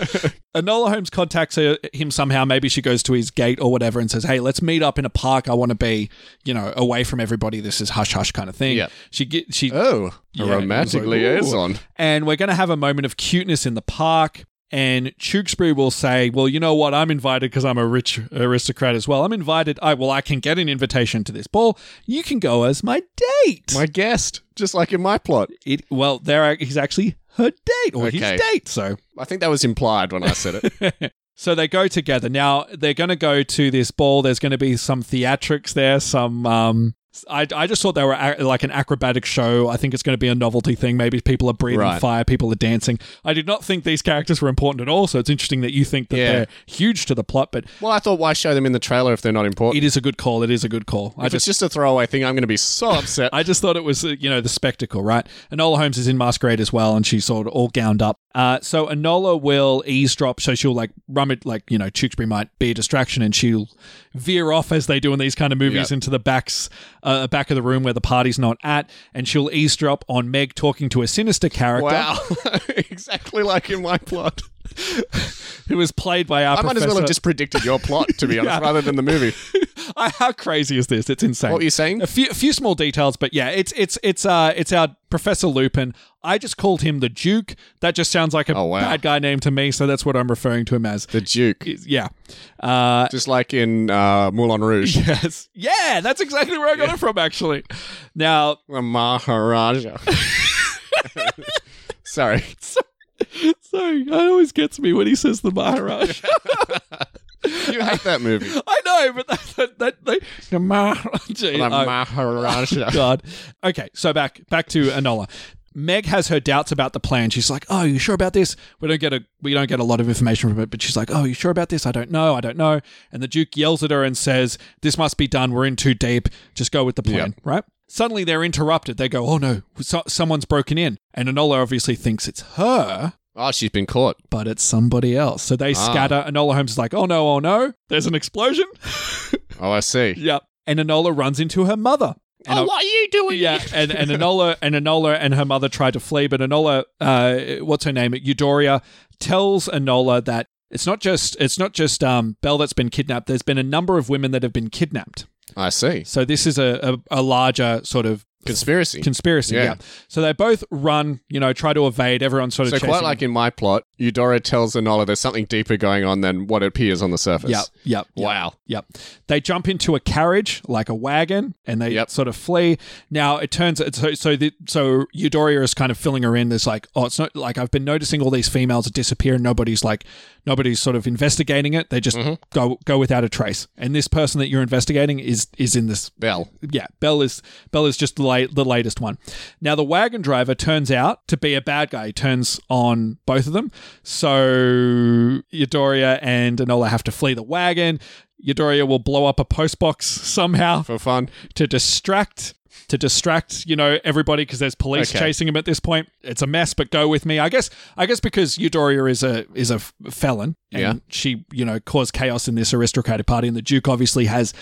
[SPEAKER 2] Enola Holmes contacts her, him somehow. Maybe she goes to his gate or whatever and says, "Hey, let's meet up in a park. I want to be, you know, away from everybody. This is hush hush kind of thing."
[SPEAKER 1] Yeah.
[SPEAKER 2] She get she
[SPEAKER 1] Oh, a
[SPEAKER 2] Yeah,
[SPEAKER 1] romantic
[SPEAKER 2] it was like,
[SPEAKER 1] liaison.
[SPEAKER 2] and we're going to have a moment of cuteness in the park. And Tewksbury will say, "Well, you know what? I'm invited because I'm a rich aristocrat as well. I'm invited. I well, I can get an invitation to this ball. You can go as my date.
[SPEAKER 1] My guest, just like in my plot.
[SPEAKER 2] it, well, there he's actually her date or
[SPEAKER 1] Okay.
[SPEAKER 2] his date. So
[SPEAKER 1] I think that was implied when I said it.
[SPEAKER 2] So they go together. Now they're going to go to this ball. There's going to be some theatrics there. Some um, I, I just thought they were ac like an acrobatic show. I think it's going to be a novelty thing. Maybe people are breathing
[SPEAKER 1] Right.
[SPEAKER 2] fire, people are dancing. I did not think these characters were important at all. So it's interesting that you think that
[SPEAKER 1] Yeah.
[SPEAKER 2] they're huge to the plot. But
[SPEAKER 1] well, I thought, why show them in the trailer if they're not important?
[SPEAKER 2] it is a good call. It is a good call. I
[SPEAKER 1] if
[SPEAKER 2] just
[SPEAKER 1] it's just a throwaway thing, I'm going to be so upset.
[SPEAKER 2] I just thought it was, uh, you know, the spectacle, right? Enola Holmes is in masquerade as well, and she's sort of all gowned up. Uh, so Enola will eavesdrop, so she'll like rummage, like you know, Tewksbury might be a distraction, and she'll veer off as they do in these kind of movies
[SPEAKER 1] Yep.
[SPEAKER 2] into the backs, uh, back of the room where the party's not at, and she'll eavesdrop on Meg talking to a sinister character
[SPEAKER 1] wow. exactly like in my plot.
[SPEAKER 2] who is played by our
[SPEAKER 1] I might as well
[SPEAKER 2] professor-
[SPEAKER 1] have just predicted your plot, to be honest, rather than the movie.
[SPEAKER 2] I, how crazy is this? It's insane.
[SPEAKER 1] What were you saying?
[SPEAKER 2] a few, a few small details, but yeah, it's it's it's uh it's our Professor Lupin. I just called him the Duke. That just sounds like a
[SPEAKER 1] Oh, wow.
[SPEAKER 2] bad guy name to me, so that's what I'm referring to him as.
[SPEAKER 1] The Duke.
[SPEAKER 2] Yeah. Uh,
[SPEAKER 1] Just like in uh, Moulin Rouge.
[SPEAKER 2] yes. Yeah, that's exactly where I got it from, actually. Now,
[SPEAKER 1] The Maharaja. Sorry.
[SPEAKER 2] sorry, it always gets me when he says the Maharaj.
[SPEAKER 1] You hate that movie.
[SPEAKER 2] I know, but that, that, that, that the Maharaj. Oh,
[SPEAKER 1] The Maharaja.
[SPEAKER 2] God. Okay, so back back to Anola. Meg has her doubts about the plan. She's like, "Oh, you sure about this?" We don't get a we don't get a lot of information from it, but she's like, "Oh, you sure about this? I don't know. I don't know." And the Duke yells at her and says, "This must be done. We're in too deep. Just go with the plan, right?" Suddenly they're interrupted. They go, "Oh no, so- someone's broken in." And Anola obviously thinks it's her,
[SPEAKER 1] Oh, she's been caught.
[SPEAKER 2] but it's somebody else. So they scatter. Anola Holmes is like, "Oh no, oh no. There's an explosion."
[SPEAKER 1] Oh, I see.
[SPEAKER 2] yep. And Anola runs into her mother. And
[SPEAKER 1] what are you doing?
[SPEAKER 2] Yeah, and, and Enola and Enola and her mother try to flee, but Enola, uh, what's her name? Eudoria tells Enola that it's not just it's not just um, Belle that's been kidnapped. There's been a number of women that have been kidnapped.
[SPEAKER 1] I see.
[SPEAKER 2] So this is a, a, a larger sort of
[SPEAKER 1] Conspiracy.
[SPEAKER 2] conspiracy.
[SPEAKER 1] Yeah.
[SPEAKER 2] Yeah. So they both run, you know, try to evade. Everyone sort of
[SPEAKER 1] so
[SPEAKER 2] chasing
[SPEAKER 1] quite like in my plot, Eudora tells Enola there's something deeper going on than what appears on the surface.
[SPEAKER 2] Yep, yep, yep.
[SPEAKER 1] Wow.
[SPEAKER 2] Yep. They jump into a carriage like a wagon and they
[SPEAKER 1] Yep.
[SPEAKER 2] sort of flee. Now it turns so so the, so Eudoria is kind of filling her in. There's like, oh, it's not like I've been noticing all these females disappear and nobody's like nobody's sort of investigating it. They
[SPEAKER 1] Mm-hmm.
[SPEAKER 2] just go go without a trace. And this person that you're investigating is is in this
[SPEAKER 1] Bell.
[SPEAKER 2] yeah, Bell is Bell is just the la- the latest one. Now the wagon driver turns out to be a bad guy. He turns on both of them, so Eudoria and Enola have to flee the wagon. Eudoria will blow up a postbox somehow
[SPEAKER 1] For fun.
[SPEAKER 2] to distract to distract you know everybody because there's police
[SPEAKER 1] Okay.
[SPEAKER 2] chasing him at this point it's a mess but go with me i guess i guess because eudoria is a is a f- felon and
[SPEAKER 1] Yeah.
[SPEAKER 2] she you know caused chaos in this aristocratic party and the duke obviously has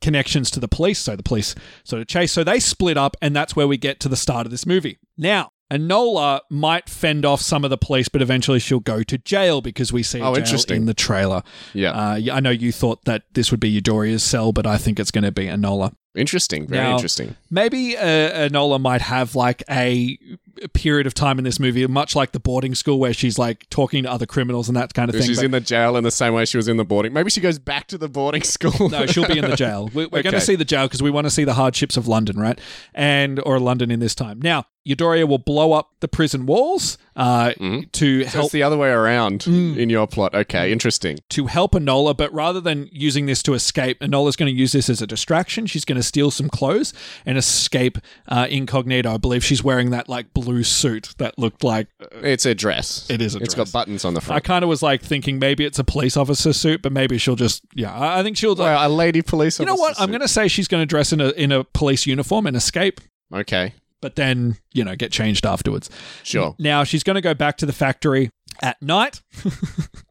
[SPEAKER 2] connections to the police so the police sort of chase so they split up and that's where we get to the start of this movie now Enola might fend off some of the police, but eventually she'll go to jail because we see
[SPEAKER 1] Oh,
[SPEAKER 2] jail
[SPEAKER 1] interesting.
[SPEAKER 2] in the trailer.
[SPEAKER 1] Yeah.
[SPEAKER 2] Uh, yeah, I know you thought that this would be Eudoria's cell, but I think it's going to be Enola.
[SPEAKER 1] interesting. Very
[SPEAKER 2] now-
[SPEAKER 1] interesting.
[SPEAKER 2] Maybe uh, Enola might have like a, a period of time in this movie, much like the boarding school where she's like talking to other criminals and that kind of thing.
[SPEAKER 1] She's
[SPEAKER 2] but-
[SPEAKER 1] in the jail in the same way she was in the boarding. Maybe she goes back to the boarding school.
[SPEAKER 2] no, she'll be in the jail. We- We're, going
[SPEAKER 1] Okay.
[SPEAKER 2] to see the jail because we want to see the hardships of London, right? And or London in this time. Now, Eudoria will blow up the prison walls uh,
[SPEAKER 1] Mm-hmm.
[SPEAKER 2] to
[SPEAKER 1] So
[SPEAKER 2] help Mm.
[SPEAKER 1] it's the other way around in your plot. Okay, interesting.
[SPEAKER 2] to help Enola, but rather than using this to escape, Enola's going to use this as a distraction. She's going to steal some clothes and escape uh, incognito. I believe she's wearing that like blue suit that looked like
[SPEAKER 1] It's a dress.
[SPEAKER 2] It is a
[SPEAKER 1] It's got
[SPEAKER 2] dress.
[SPEAKER 1] buttons on the
[SPEAKER 2] I
[SPEAKER 1] front.
[SPEAKER 2] kind of was like thinking maybe it's a police officer suit, but maybe she'll just yeah. I I think she'll. Like,
[SPEAKER 1] Well, a lady police officer.
[SPEAKER 2] you know what? I'm going to say she's going to dress in a in a police uniform and escape,
[SPEAKER 1] gonna. Okay,
[SPEAKER 2] but then you know get changed afterwards.
[SPEAKER 1] sure.
[SPEAKER 2] Now she's going to go back to the factory at night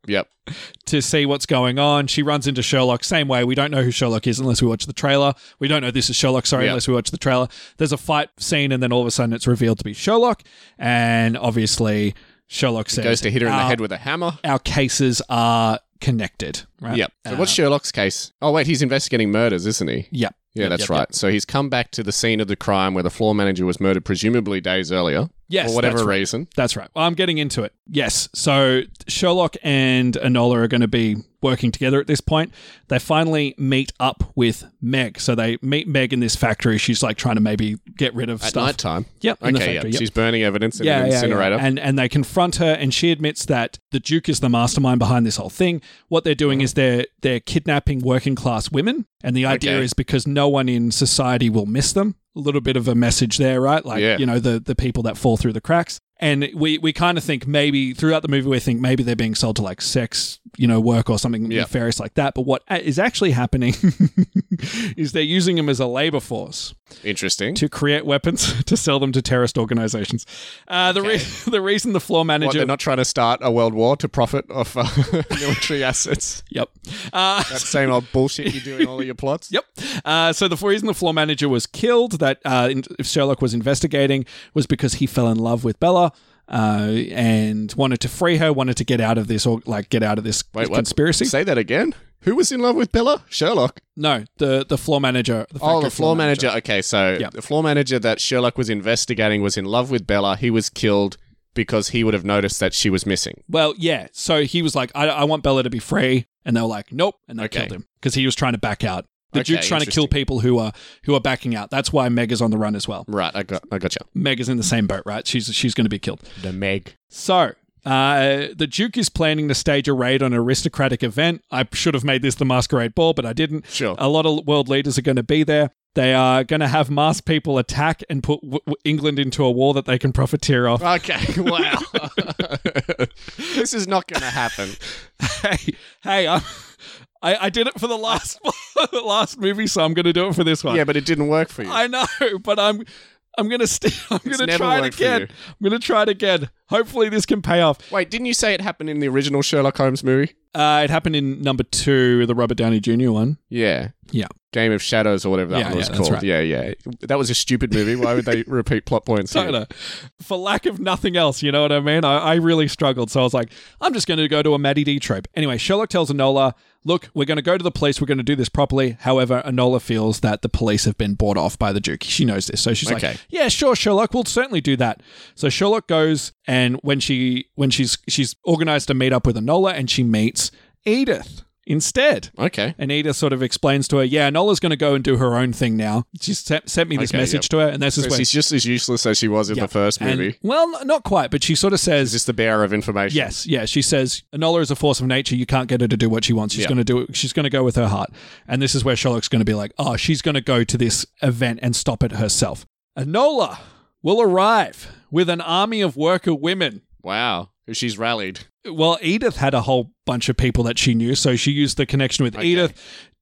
[SPEAKER 1] Yep.
[SPEAKER 2] to see what's going on. She runs into Sherlock same way. We don't know who Sherlock is unless we watch the trailer. We don't know this is Sherlock. Sorry,
[SPEAKER 1] Yeah.
[SPEAKER 2] unless we watch the trailer. There's a fight scene, and then all of a sudden it's revealed to be Sherlock, and obviously Sherlock says
[SPEAKER 1] Goes to hit her in the
[SPEAKER 2] "Our-
[SPEAKER 1] head with a hammer.
[SPEAKER 2] our cases are connected. Right? Uh,
[SPEAKER 1] Yep. So what's Sherlock's case? Oh wait, he's investigating murders, isn't he?
[SPEAKER 2] Yep.
[SPEAKER 1] Yeah,
[SPEAKER 2] Yep,
[SPEAKER 1] that's
[SPEAKER 2] yep,
[SPEAKER 1] right. So he's come back to the scene of the crime where the floor manager was murdered, presumably days earlier,
[SPEAKER 2] Yes,
[SPEAKER 1] for whatever
[SPEAKER 2] that's right.
[SPEAKER 1] reason.
[SPEAKER 2] That's right. Well, I'm getting into it. Yes. So Sherlock and Enola are going to be working together at this point. They finally meet up with Meg. So they meet Meg in this factory. She's like trying to maybe get rid of
[SPEAKER 1] At
[SPEAKER 2] stuff.
[SPEAKER 1] night time.
[SPEAKER 2] Yep. in the
[SPEAKER 1] Okay, yeah.
[SPEAKER 2] factory, yep.
[SPEAKER 1] She's burning evidence in an
[SPEAKER 2] yeah,
[SPEAKER 1] incinerator.
[SPEAKER 2] And and they confront her, and she admits that the Duke is the mastermind behind this whole thing. What they're doing is they're they're kidnapping working class women, and the idea
[SPEAKER 1] Okay.
[SPEAKER 2] is because no one in society will miss them. A little bit of a message there, right? Like
[SPEAKER 1] Yeah.
[SPEAKER 2] you know the the people that fall through the cracks. And we, we kind of think maybe throughout the movie we think maybe they're being sold to like sex you know work or something
[SPEAKER 1] Yeah.
[SPEAKER 2] nefarious like that. But what is actually happening is they're using them as a labor force
[SPEAKER 1] Interesting.
[SPEAKER 2] to create weapons to sell them to terrorist organizations. Uh, the, re- the reason the floor
[SPEAKER 1] What,
[SPEAKER 2] manager.
[SPEAKER 1] they're not trying to start a world war to profit off uh, military assets.
[SPEAKER 2] yep. Uh,
[SPEAKER 1] That same old bullshit you do in all of your plots.
[SPEAKER 2] Yep. Uh, so the reason the floor manager was killed, that uh, in- if Sherlock was investigating, was because he fell in love with Bella uh, and wanted to free her, wanted to get out of this or like get out of this
[SPEAKER 1] Wait, what?
[SPEAKER 2] conspiracy.
[SPEAKER 1] Say that again. Who was in love with Bella? Sherlock.
[SPEAKER 2] No, the the floor manager. The
[SPEAKER 1] Oh,
[SPEAKER 2] factory
[SPEAKER 1] the floor manager. Okay, so
[SPEAKER 2] Yep.
[SPEAKER 1] the floor manager that Sherlock was investigating was in love with Bella. He was killed because he would have noticed that she was missing.
[SPEAKER 2] Well, yeah. So he was like, I, I want Bella to be free, and they were like, nope, and they
[SPEAKER 1] Okay.
[SPEAKER 2] killed him because he was trying to back out. The
[SPEAKER 1] Okay,
[SPEAKER 2] Duke's trying to kill
[SPEAKER 1] interesting.
[SPEAKER 2] people who are who are backing out. That's why Meg is on the run as well.
[SPEAKER 1] Right, I got, I gotcha.
[SPEAKER 2] Meg is in the same boat, right? She's she's going to be killed.
[SPEAKER 1] The Meg.
[SPEAKER 2] So. Uh, the Duke is planning to stage a raid on an aristocratic event. I should have made this the masquerade ball, but I didn't.
[SPEAKER 1] Sure.
[SPEAKER 2] A lot of world leaders are going to be there. They are going to have masked people attack and put w- w- England into a war that they can profiteer off.
[SPEAKER 1] Okay, wow. this is not going to happen.
[SPEAKER 2] hey, hey, I'm, I I did it for the last the last movie, so I'm going to do it for this one.
[SPEAKER 1] Yeah, but it didn't work for you.
[SPEAKER 2] I know, but I'm I'm going to st- I'm going to
[SPEAKER 1] never
[SPEAKER 2] try it
[SPEAKER 1] worked for you.
[SPEAKER 2] again. I'm going to try it again. Hopefully, this can pay off.
[SPEAKER 1] Wait, didn't you say it happened in the original Sherlock Holmes movie?
[SPEAKER 2] Uh, it happened in number two, the Robert Downey Jr. one.
[SPEAKER 1] Yeah.
[SPEAKER 2] Yeah.
[SPEAKER 1] Game of Shadows or whatever that
[SPEAKER 2] Yeah,
[SPEAKER 1] one was
[SPEAKER 2] yeah, that's
[SPEAKER 1] called.
[SPEAKER 2] right.
[SPEAKER 1] Yeah, yeah. That was a stupid movie. Why would they repeat plot points? here?
[SPEAKER 2] Soda. For lack of nothing else, you know what I mean? I, I really struggled. So I was like, I'm just going to go to a Maddie D trope. Anyway, Sherlock tells Enola, look, we're going to go to the police. We're going to do this properly. However, Enola feels that the police have been bought off by the Duke. She knows this. So she's
[SPEAKER 1] Okay.
[SPEAKER 2] like, yeah, sure, Sherlock. We'll certainly do that. So Sherlock goes and when she when she's she's organized a meet-up with Enola and she meets Edith instead.
[SPEAKER 1] Okay.
[SPEAKER 2] And Edith sort of explains to her, yeah, Enola's going to go and do her own thing now. She sent, sent me this
[SPEAKER 1] Okay,
[SPEAKER 2] message to her, and this is
[SPEAKER 1] So
[SPEAKER 2] when
[SPEAKER 1] she's just as useless as she was in
[SPEAKER 2] Yeah.
[SPEAKER 1] the first
[SPEAKER 2] and-
[SPEAKER 1] movie.
[SPEAKER 2] well, n- not quite, but she sort of
[SPEAKER 1] Is
[SPEAKER 2] says,
[SPEAKER 1] this the bearer of information?
[SPEAKER 2] "Yes, yeah." She says, "Enola is a force of nature. You can't get her to do what she wants. She's
[SPEAKER 1] Yeah.
[SPEAKER 2] going to do. It, she's going to go with her heart." And this is where Sherlock's going to be like, "Oh, she's going to go to this event and stop it herself." Enola will arrive with an army of worker women.
[SPEAKER 1] Wow. She's rallied.
[SPEAKER 2] Well, Edith had a whole bunch of people that she knew, so she used the connection with
[SPEAKER 1] Okay.
[SPEAKER 2] Edith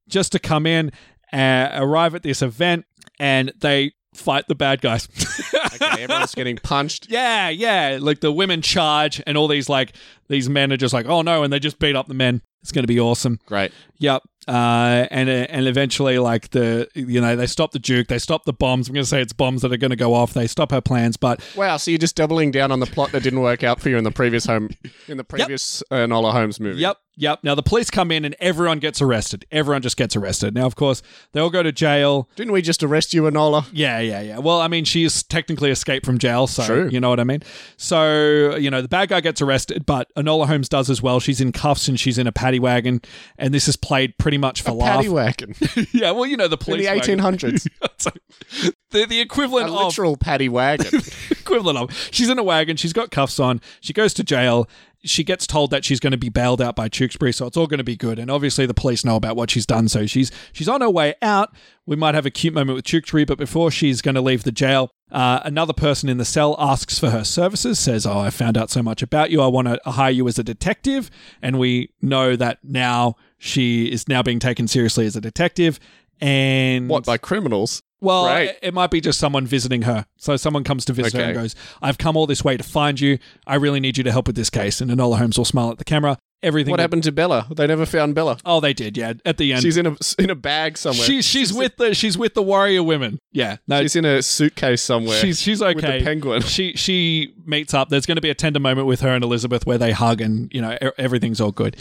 [SPEAKER 2] just to come in, uh, arrive at this event, and they fight the bad guys.
[SPEAKER 1] Okay, everyone's getting punched.
[SPEAKER 2] Yeah, yeah. Like the women charge, and all these like these men are just like, oh no, and they just beat up the men. It's going to be awesome.
[SPEAKER 1] Great.
[SPEAKER 2] Yep. Uh, and uh, and eventually, like the you know, they stop the Duke. They stop the bombs. I'm going to say it's bombs that are going to go off. They stop her plans, but
[SPEAKER 1] Wow, so you're just doubling down on the plot that didn't work out for you in the previous home in the previous uh, Nola Holmes movie.
[SPEAKER 2] Yep, yep. Now the police come in, and everyone gets arrested. Everyone just gets arrested. Now, of course, they all go to jail.
[SPEAKER 1] Didn't we just arrest you, Enola?
[SPEAKER 2] Yeah, yeah, yeah. Well, I mean, she is technically escaped from jail, so
[SPEAKER 1] True.
[SPEAKER 2] you know what I mean. So you know, the bad guy gets arrested, but Enola Holmes does as well. She's in cuffs and she's in a paddy wagon, and this is played pretty much for laugh.
[SPEAKER 1] Paddy wagon.
[SPEAKER 2] yeah, well, you know, the
[SPEAKER 1] In
[SPEAKER 2] police
[SPEAKER 1] the
[SPEAKER 2] wagon. Oh.
[SPEAKER 1] 1800s.
[SPEAKER 2] So, the, the
[SPEAKER 1] A
[SPEAKER 2] equivalent of
[SPEAKER 1] literal paddy wagon.
[SPEAKER 2] equivalent of she's in a wagon, she's got cuffs on, she goes to jail, she gets told that she's going to be bailed out by Tewkesbury, so it's all going to be good. And obviously the police know about what she's done, so she's she's on her way out. We might have a cute moment with Tewkesbury, but before she's going to leave the jail, uh, another person in the cell asks for her services, says, "Oh, I found out so much about you. I want to hire you as a detective." And we know that now she is now being taken seriously as a detective. And
[SPEAKER 1] What, by criminals?
[SPEAKER 2] well,
[SPEAKER 1] Great.
[SPEAKER 2] it, it might be just someone visiting her. So someone comes to visit her and
[SPEAKER 1] Okay.
[SPEAKER 2] goes, I've come all this way to find you. I really need you to help with this case. And Enola Holmes will smile at the camera. Everything.
[SPEAKER 1] What
[SPEAKER 2] that-
[SPEAKER 1] happened to Bella? They never found Bella.
[SPEAKER 2] Oh, they did. Yeah. At the end.
[SPEAKER 1] She's in a in a bag somewhere.
[SPEAKER 2] she, she's with the she's with the warrior women. Yeah. No,
[SPEAKER 1] She's in a suitcase somewhere.
[SPEAKER 2] she's she's okay.
[SPEAKER 1] with the penguin.
[SPEAKER 2] she she meets up. There's going to be a tender moment with her and Elizabeth where they hug and you know e- everything's all good.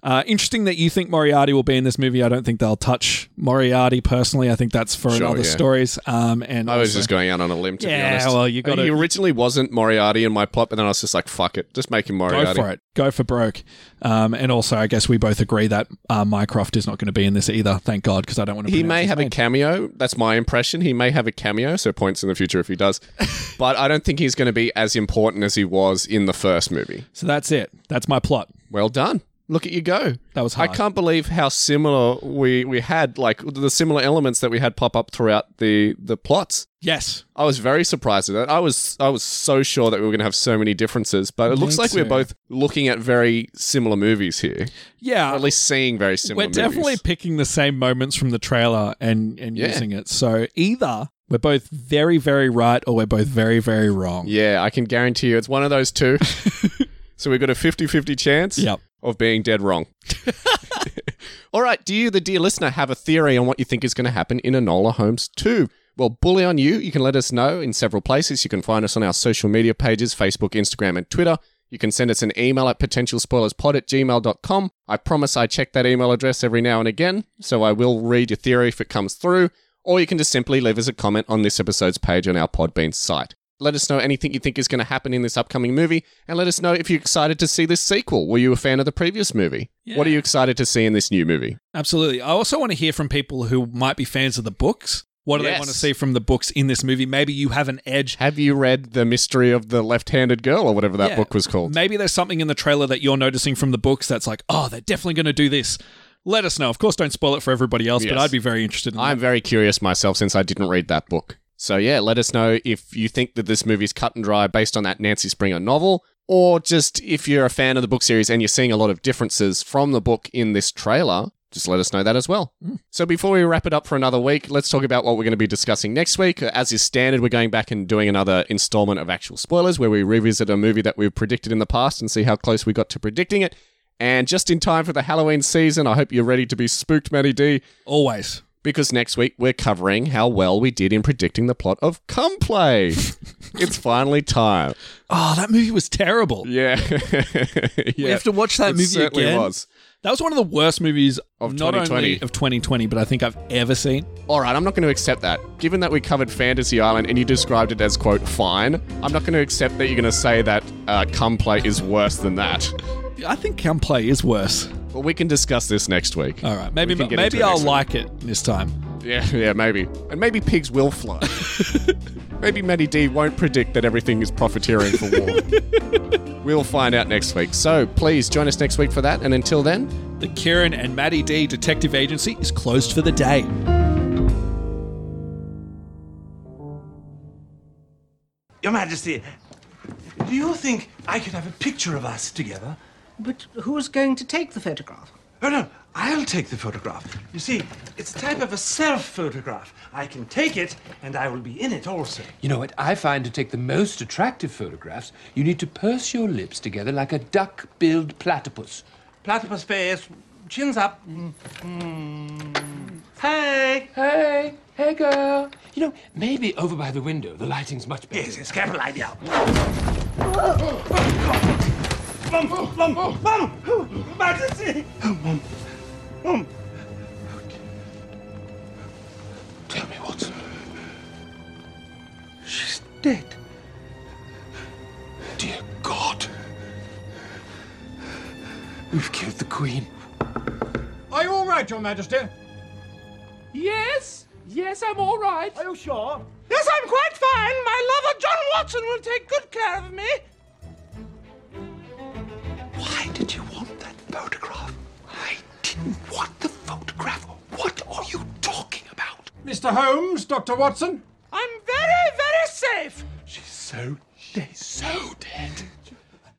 [SPEAKER 2] Uh, interesting that you think Moriarty will be in this movie. I don't think they'll touch Moriarty personally. I think that's for in
[SPEAKER 1] Sure,
[SPEAKER 2] other
[SPEAKER 1] yeah.
[SPEAKER 2] stories. Um, and
[SPEAKER 1] I was
[SPEAKER 2] also-
[SPEAKER 1] just going out on a limb to
[SPEAKER 2] Yeah,
[SPEAKER 1] be honest.
[SPEAKER 2] well, you gotta-
[SPEAKER 1] He originally wasn't Moriarty in my plot, but then I was just like, fuck it, just make him Moriarty.
[SPEAKER 2] Go for it. Go for broke. Um, and also, I guess we both agree that uh, Mycroft is not going to be in this either. Thank God, because I don't want to.
[SPEAKER 1] He may have a cameo. That's my impression. He may have a cameo, so points in the future if he does. but I don't think he's going to be as important as he was in the first movie.
[SPEAKER 2] So that's it. That's my plot.
[SPEAKER 1] Well done. Look at you go.
[SPEAKER 2] That was
[SPEAKER 1] I
[SPEAKER 2] hard.
[SPEAKER 1] can't believe how similar we, we had, like the similar elements that we had pop up throughout the, the plots.
[SPEAKER 2] yes.
[SPEAKER 1] I was very surprised at that. I was I was so sure that we were going to have so many differences, but it
[SPEAKER 2] Me
[SPEAKER 1] looks like we're
[SPEAKER 2] too.
[SPEAKER 1] both looking at very similar movies here,
[SPEAKER 2] Yeah.
[SPEAKER 1] or at least seeing very similar.
[SPEAKER 2] we're definitely
[SPEAKER 1] movies.
[SPEAKER 2] picking the same moments from the trailer and and
[SPEAKER 1] Yeah.
[SPEAKER 2] using it. So either we're both very very right or we're both very very wrong.
[SPEAKER 1] yeah. I can guarantee you, it's one of those two. so we've got a 50-50 chance
[SPEAKER 2] Yep.
[SPEAKER 1] of being dead wrong. All right. Do you, the dear listener, have a theory on what you think is going to happen in Enola Holmes 2? Well, bully on you. You can let us know in several places. You can find us on our social media pages Facebook, Instagram, and Twitter. You can send us an email at potentialspoilerspod at gmail.com. I promise I check that email address every now and again, so I will read your theory if it comes through, or you can just simply leave us a comment on this episode's page on our Podbean site. Let us know anything you think is going to happen in this upcoming movie, and let us know if you're excited to see this sequel. Were you a fan of the previous movie? What are
[SPEAKER 2] Yeah.
[SPEAKER 1] you excited to see in this new movie?
[SPEAKER 2] Absolutely. I also want to hear from people who might be fans of the books. What do they
[SPEAKER 1] Yes.
[SPEAKER 2] want to see from the books in this movie? Maybe you have an edge.
[SPEAKER 1] Have you read The Mystery of the Left Handed Girl or whatever that
[SPEAKER 2] Yeah.
[SPEAKER 1] book was called?
[SPEAKER 2] Maybe there's something in the trailer that you're noticing from the books that's like, oh, they're definitely going to do this. Let us know. Of course, don't spoil it for everybody else, but
[SPEAKER 1] Yes.
[SPEAKER 2] I'd be very interested in that.
[SPEAKER 1] I'm very curious myself since I didn't read that book. So yeah, let us know if you think that this movie's cut and dry based on that Nancy Springer novel, or just if you're a fan of the book series and you're seeing a lot of differences from the book in this trailer. Just let us know that as well. So, before we wrap it up for another week, let's talk about what we're going to be discussing next week. Uh, As is standard, we're going back and doing another installment of actual spoilers where we revisit a movie that we've predicted in the past and see how close we got to predicting it. And just in time for the Halloween season, I hope you're ready to be spooked, Matty D
[SPEAKER 2] Always.
[SPEAKER 1] because next week we're covering how well we did in predicting the plot of Come Play. it's finally time.
[SPEAKER 2] Oh, that movie was terrible.
[SPEAKER 1] Yeah.
[SPEAKER 2] We have to watch that
[SPEAKER 1] It
[SPEAKER 2] movie
[SPEAKER 1] certainly
[SPEAKER 2] again.
[SPEAKER 1] was.
[SPEAKER 2] That was one of the worst movies
[SPEAKER 1] Of
[SPEAKER 2] not
[SPEAKER 1] 2020.
[SPEAKER 2] only of 2020, but I think I've ever seen.
[SPEAKER 1] All right, I'm not going to accept that. Given that we covered Fantasy Island and you described it as, quote, fine, I'm not going to accept that you're going to say that uh, Come Play is worse than that.
[SPEAKER 2] I think Come Play is worse.
[SPEAKER 1] But we can discuss this next week.
[SPEAKER 2] All right, maybe
[SPEAKER 1] We can get into
[SPEAKER 2] maybe
[SPEAKER 1] it
[SPEAKER 2] I'll
[SPEAKER 1] next week.
[SPEAKER 2] like it this time.
[SPEAKER 1] Yeah, yeah, maybe. And maybe pigs will fly. maybe Matty D won't predict that everything is profiteering for war. we'll find out next week. So please join us next week for that. And until then,
[SPEAKER 2] The Kieran and Maddie D Detective Agency is closed for the day.
[SPEAKER 3] Your Majesty, do you think I could have a picture of us together?
[SPEAKER 4] But who's going to take the photograph?
[SPEAKER 3] Oh, no, I'll take the photograph. You see, it's a type of a self photograph. I can take it, and I will be in it also.
[SPEAKER 5] You know what I find to take the most attractive photographs? You need to purse your lips together like a duck-billed platypus.
[SPEAKER 3] Platypus face, chins up. Mm, mm. Hey!
[SPEAKER 5] Hey, hey, girl. You know, maybe over by the window, the lighting's much better.
[SPEAKER 3] Yes, yes, capital idea. Mum, mum, mum! Oh, Majesty! Oh, mum, mum.
[SPEAKER 5] Tell me, Watson.
[SPEAKER 3] She's dead.
[SPEAKER 5] Dear God. We've killed the Queen.
[SPEAKER 6] Are you all right, Your Majesty?
[SPEAKER 5] Yes, yes, I'm all right.
[SPEAKER 6] Are you sure?
[SPEAKER 3] Yes, I'm quite fine. My lover, John Watson, will take good care of me.
[SPEAKER 5] Why did you want that photograph? I didn't want the photograph. What are you talking about?
[SPEAKER 6] Mr. Holmes, Dr. Watson?
[SPEAKER 3] I'm very, very safe.
[SPEAKER 5] She's so, she's so